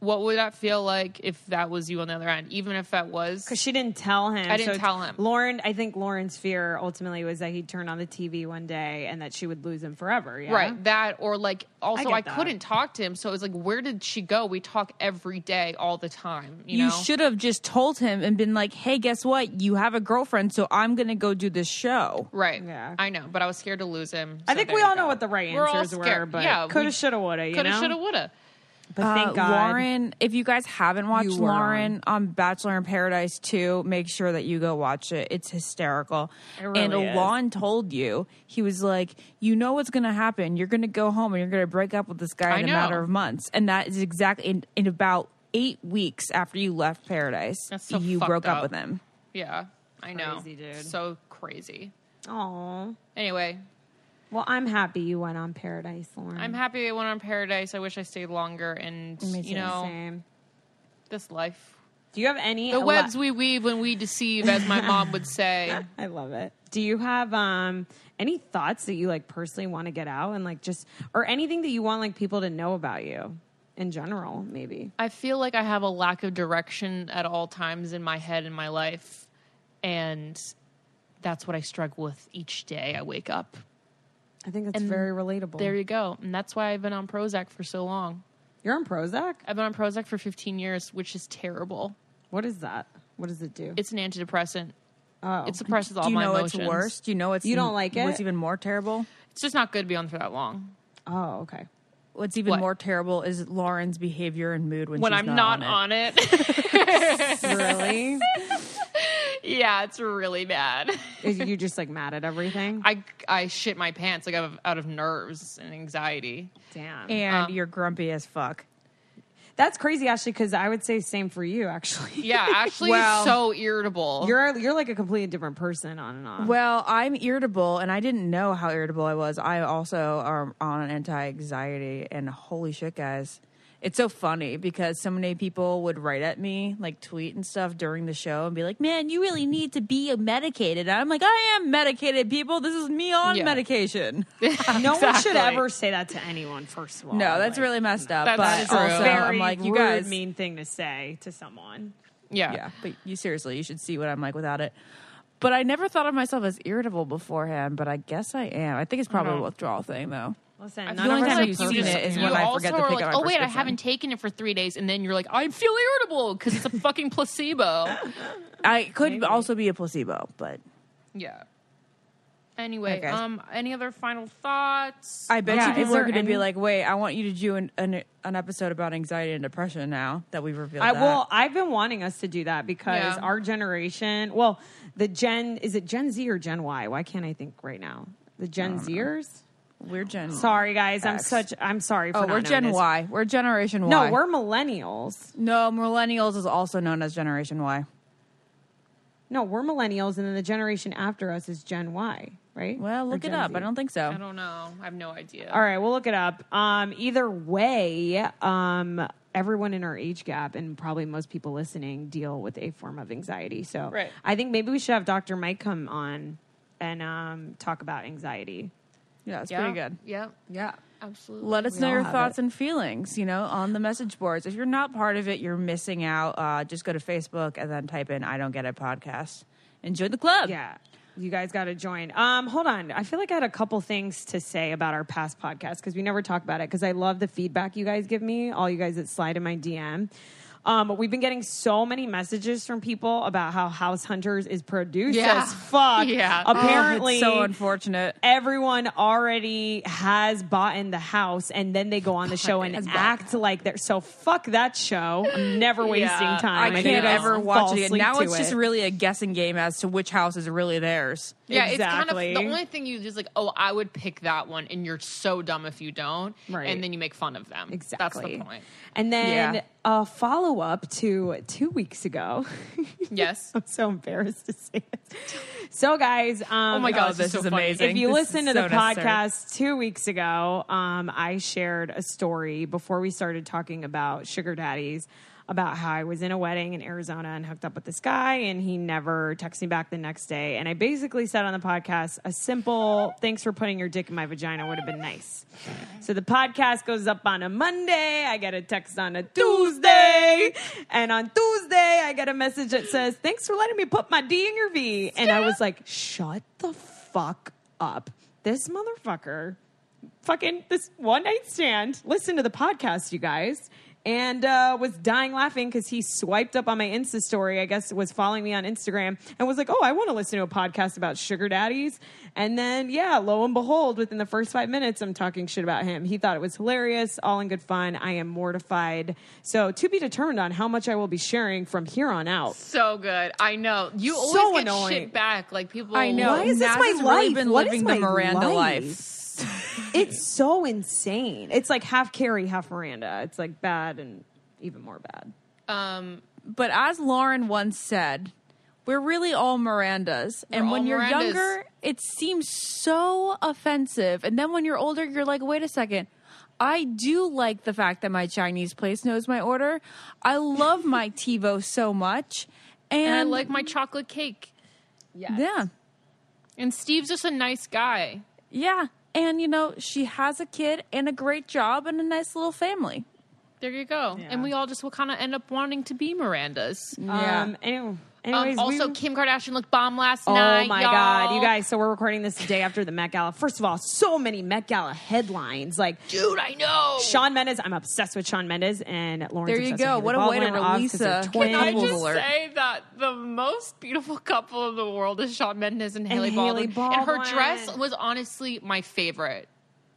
D: what would that feel like if that was you on the other end? Even if that was,
E: Because she didn't tell him.
D: I didn't
E: it's-
D: tell him.
E: Lauren, I think Lauren's fear ultimately was that he'd turn on the TV one day and that she would lose him forever. Yeah?
D: right that or like also
E: get
D: I,
E: that.
D: couldn't talk to him, so it was like, where did she go? We talk every day, all the time. You,
F: you
D: know?
F: should have just told him and been like, "Hey, guess what? You have a girlfriend, so I'm gonna go do this show."
D: Right.
E: Yeah.
D: I know, but I was scared to lose him.
E: I think we all know what the right answers were, but coulda, shoulda, woulda, you
D: Coulda,
E: know?
D: shoulda, woulda.
E: But thank
F: Uh,
E: God.
F: Lauren, if you guys haven't watched
E: were
F: Lauren on Bachelor in Paradise 2, make sure that you go watch it. It's hysterical.
E: It really
F: and
E: is.
F: Alon told you, he was like, You know what's going to happen. You're going to go home and you're going to break up with this guy
D: I
F: in
D: know.
F: a matter of months. And that is exactly in, in about eight weeks after you left Paradise,
D: That's so
F: you
D: fucked
F: broke up
D: up.
F: with him.
D: Yeah, I know.
E: Crazy, dude.
D: So crazy.
E: Aw.
D: Anyway,
E: Well, I'm happy you went on Paradise, Lauren.
F: Mm.
D: I'm happy I went on Paradise. I wish I stayed longer, and you know
E: Same.
D: this life.
E: Do you have any?
D: The
E: ele-
D: webs we weave when we deceive, as my mom would say.
F: [laughs]
E: I love it. Do you have um, any thoughts that you like personally want to get out and like just or anything that you want like people to know about you in general? Maybe
D: I feel like I have a lack of direction at all times in my head in my life, and that's what I struggle with each day I wake up.
E: I think it's very relatable.
D: There you go, and that's why I've been on Prozac for so long.
E: You're on Prozac.
D: I've been on Prozac for 15 years, which is terrible.
E: What is that? What does it do?
D: It's an antidepressant.
E: oh,
D: It suppresses all
F: Do you
D: my
F: know
D: emotions.
F: it's worse? Do you know it's
E: You don't like it?
F: What's even more terrible?
D: It's just not good to be on for that long.
E: oh,
D: [laughs]
E: okay.
F: What's even
D: What?
F: more terrible is Lauren's behavior and mood when,
D: When
F: she's
D: I'm not,
F: on it.
D: on
F: [laughs]
D: it,
E: really?
D: yeah, it's really bad. [laughs]
E: Is- You're just like mad at everything.
D: I I shit my pants like out of, out of nerves and anxiety.
E: Damn.
F: and you're grumpy as fuck.
E: That's crazy, Ashley. Because I would say same for you, actually.
D: [laughs] Yeah, Ashley
F: Well-
D: is so irritable.
E: [laughs] You're you're like a completely different person on and off.
F: Well, I'm irritable, and I didn't know how irritable I was. I also are on anti-anxiety, and holy shit, guys, it's so funny because so many people would write at me, like tweet and stuff during the show, and be like, "Man, you really need to be medicated." And I'm like, "I am medicated, people. This is me on
D: Yeah.
F: medication."
E: No one should
D: Exactly.
E: ever say that to anyone. First of all,
F: no, that's
E: Like,
F: really messed up. but
D: That's true.
F: also,
E: very
F: I'm like, you
E: rude,
F: guys,
E: mean thing to say to someone.
D: yeah.
F: yeah but you seriously you should see what i'm like without it but i never thought of myself as irritable beforehand but i guess i am i think it's probably a
D: Mm-hmm.
F: withdrawal thing though
E: Listen,
F: I
E: none
F: feel
E: of
F: like
E: us
F: I'm
E: are
F: used to
E: perfect.
F: it is
D: you
F: when I
D: also
F: forget to
D: are
F: pick
D: like,
F: out my
D: oh wait, I
F: prescription."
D: haven't taken it for three days, and then you're like, I feel irritable because [laughs] it's a fucking placebo.
F: i could also be a placebo but
D: Yeah. Anyway,
F: Okay.
D: um, any other final thoughts?
F: i bet
E: Yeah,
F: you
E: is
F: people are
E: there
F: going to be
E: any-
F: like wait i want you to do an, an, an episode about anxiety and depression now that we've revealed
E: I
F: that.
E: well, I've been wanting us to do that because
D: Yeah.
E: our generation, well, the Gen is it Gen Z or Gen Y? Why can't I think right now? The Gen Zers.
F: we're gen
E: Sorry, guys. I'm
F: X.
E: such. I'm sorry for.
F: oh
E: not
F: we're
E: knowing
F: gen
E: this.
F: y we're generation y
E: No, we're millennials.
F: no millennials is also known as generation y
E: No, we're millennials, and then the generation after us is Gen Y, right?
F: well
E: Or
F: look it
E: Gen
F: up
E: Z.
F: I i don't think so
D: I don't know. I have no idea.
E: All right, we'll look it up. Um, either way, um, everyone in our age gap and probably most people listening deal with a form of anxiety. So
D: Right.
E: I think maybe we should have Dr. Mike come on and um, talk about anxiety.
F: yeah it's
D: Yeah.
F: pretty good
D: Yeah.
F: yeah
D: Absolutely.
F: Let us know your
E: have
F: thoughts and feelings, you know, on the message boards. If you're not part of it, you're missing out. Uh, just go to Facebook and then type in I Don't Get It podcast and join the club.
E: Yeah. You guys got to join. Um, hold on. I feel like I had a couple things to say about our past podcast because we never talk about it because I love the feedback you guys give me, all you guys that slide in my DM. Um, but we've been getting so many messages from people about how House Hunters is produced
D: Yeah.
F: [laughs]
E: as fuck.
D: Yeah. Oh, it's
E: Apparently,
F: so unfortunate.
E: everyone already has bought in the house and then they go on the show and act like they're so fuck that show. I'm never wasting
D: I
E: time.
F: I
E: And they
F: can't
E: just
F: ever
E: fall
F: watch it again.
E: asleep
F: Now
E: to
F: it's just
E: it.
F: really a guessing game as to which house is really theirs.
D: Yeah,
E: Exactly.
D: it's kind of the only thing you just like, oh, I would pick that one, and you're so dumb if you don't.
E: Right.
D: And then you make fun of them.
E: Exactly.
D: That's the point.
E: And then
F: Yeah.
E: a follow up to two weeks ago. [laughs]
D: Yes.
E: I'm so embarrassed to say this. So, guys, um, oh
D: my God,
F: Oh, this
D: so
F: is
D: funny.
F: amazing.
E: If you
F: This is
E: listen to
F: so
E: the
F: necessary.
E: podcast two weeks ago, um, I shared a story before we started talking about sugar daddies about how I was in a wedding in Arizona and hooked up with this guy, and he never texted me back the next day. And I basically said on the podcast, a simple thanks for putting your dick in my vagina would have been nice. So the podcast goes up on a Monday. I get a text on a Tuesday. And on Tuesday, I get a message that says, Thanks for letting me put my D in your V. And I was like, Shut the fuck up. This motherfucker, fucking this one night stand, Listen to the podcast, you guys. And uh, was dying laughing because he swiped up on my Insta story. I guess was following me on Instagram and was like, "Oh, I want to listen to a podcast about sugar daddies." And then, yeah, lo and behold, within the first five minutes, I'm talking shit about him. He thought it was hilarious, all in good fun. I am mortified. So to be determined on how much I will be sharing from here on out.
D: so good. I know. You always
E: So
D: get
E: annoying.
D: shit back. Like people. um,
F: I know.
E: Why is this
F: Naz
E: my
F: has really
E: life?
F: been
E: What
F: living
E: is
F: the
E: my
F: Miranda
E: life?
F: life.
E: It's so insane. It's like half Carrie, half Miranda. It's like bad and even more bad.
D: Um,
F: But as Lauren once said, we're really all Mirandas. and
D: all
F: when you're
D: Mirandas.
F: younger, it seems so offensive. And then when you're older, you're like, wait a second. I do like the fact that my Chinese place knows my order. I love my TiVo so much. And,
D: and I like my chocolate cake.
F: Yeah.
D: And Steve's just a nice guy.
F: Yeah. And, you know, she has a kid and a great job and a nice little family.
D: There you go. And we all just will kind of end up wanting to be Mirandas.
F: Yeah.
E: Um, any-
D: Um,
E: anyways,
D: also,
E: we-
D: Kim Kardashian looked bomb last
E: Oh
D: night.
E: my
D: y'all.
E: god, you guys! So we're recording this the day after the Met Gala. First of all, so many Met Gala headlines. Like
D: Dude, I know.
E: Sean Mendes, I'm obsessed with Sean Mendes, and Lauren's
F: There you
E: obsessed
F: go.
E: With
F: What a way to
E: Baldwin, Oz, 'cause they're
F: release a- Can
D: I
E: twins.
D: just
F: alert.
D: say that the most beautiful couple in the world is Shawn Mendes and, Haley
E: Hailey
D: Baldwin. And her
E: Baldwin.
D: dress was honestly my favorite.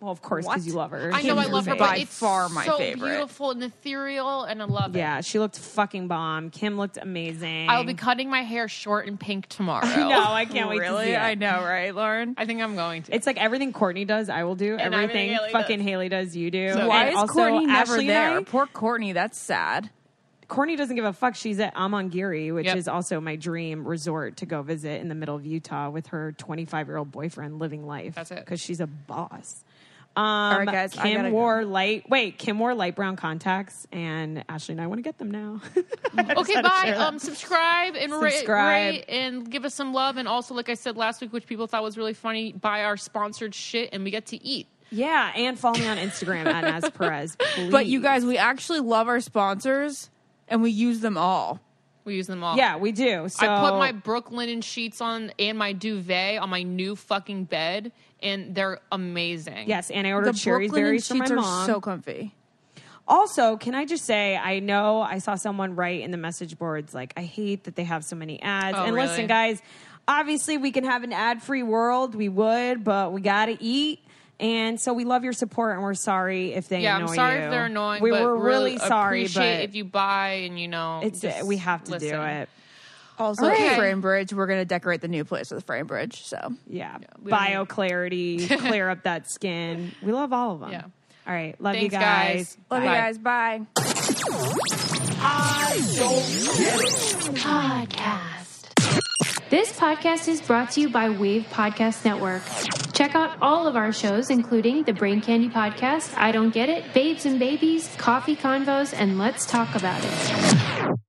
E: Well, of course, because you love her.
D: I know I
E: She's
D: love her,
E: amazing.
D: but
F: By
D: it's
F: far my
D: so
F: favorite.
D: beautiful and ethereal, and I love
E: yeah,
D: it.
E: she looked fucking bomb. Kim looked amazing.
D: I'll be cutting my hair short and pink tomorrow.
F: [laughs]
E: No, I can't wait to see it.
F: I know, right, Lauren?
D: I think I'm going to.
E: It's like everything Courtney does, I will do.
D: And I mean,
E: everything
D: Haley
E: fucking
D: does.
E: Haley does, you do.
D: So-
F: Why
E: And
F: is
E: also,
F: Courtney never
E: Ashley and
F: there?
E: I-
F: Poor Courtney. That's sad.
E: Courtney doesn't give a fuck. She's at Amangiri, which
D: Yep.
E: is also my dream resort to go visit in the middle of Utah with her 25 year old boyfriend living life.
D: That's it.
E: Because she's a boss.
F: All
E: Um,
F: right, guys. I gotta
E: Kim
F: go.
E: wore light. Wait, Kim wore light brown contacts, and Ashley and I want to get them now. [laughs]
D: okay, bye. Um, subscribe and ra-
E: Subscribe.
D: rate and give us some love. And also, like I said last week, which people thought was really funny, buy our sponsored shit, and we get to eat.
E: yeah, and follow me on Instagram at Naz Perez. Please.
F: But you guys, we actually love our sponsors and we use them all.
D: We use them all.
E: yeah, we do. So
D: I put my Brook linen sheets on and my duvet on my new fucking bed, and they're amazing.
E: yes, and I
F: The
E: ordered cherry
F: Brooklyn
E: berries from my
F: sheets
E: mom.
F: are so comfy.
E: Also, can I just say, I know I saw someone write in the message boards, like, I hate that they have so many ads.
D: Oh,
E: and
D: really?
E: listen, guys, obviously we can have an ad free world. We would, but we got to eat. And so we love your support and we're sorry if they
D: Yeah,
E: annoy
D: I'm sorry
E: you.
D: if they're annoying.
E: We
D: but
E: were really, sorry,
D: Appreciate
E: but
D: if you buy and you know,
E: it's,
D: just
E: we have to do
D: listen.
E: it.
F: Also,
D: Okay.
F: at Frame Bridge, we're going to decorate the new place with Frame Bridge. So,
E: Yeah.
D: we don't
E: Bio
D: [laughs]
E: clarity, clear up that skin. We love all of them.
D: Yeah.
E: All right. Love you
D: Thanks, guys.
F: love you
D: Bye.
F: guys. Bye.
H: This podcast is brought to you by Wave Podcast Network. Check out all of our shows, including the Brain Candy Podcast, I Don't Get It, Babes and Babies, Coffee Convos, and Let's Talk About It.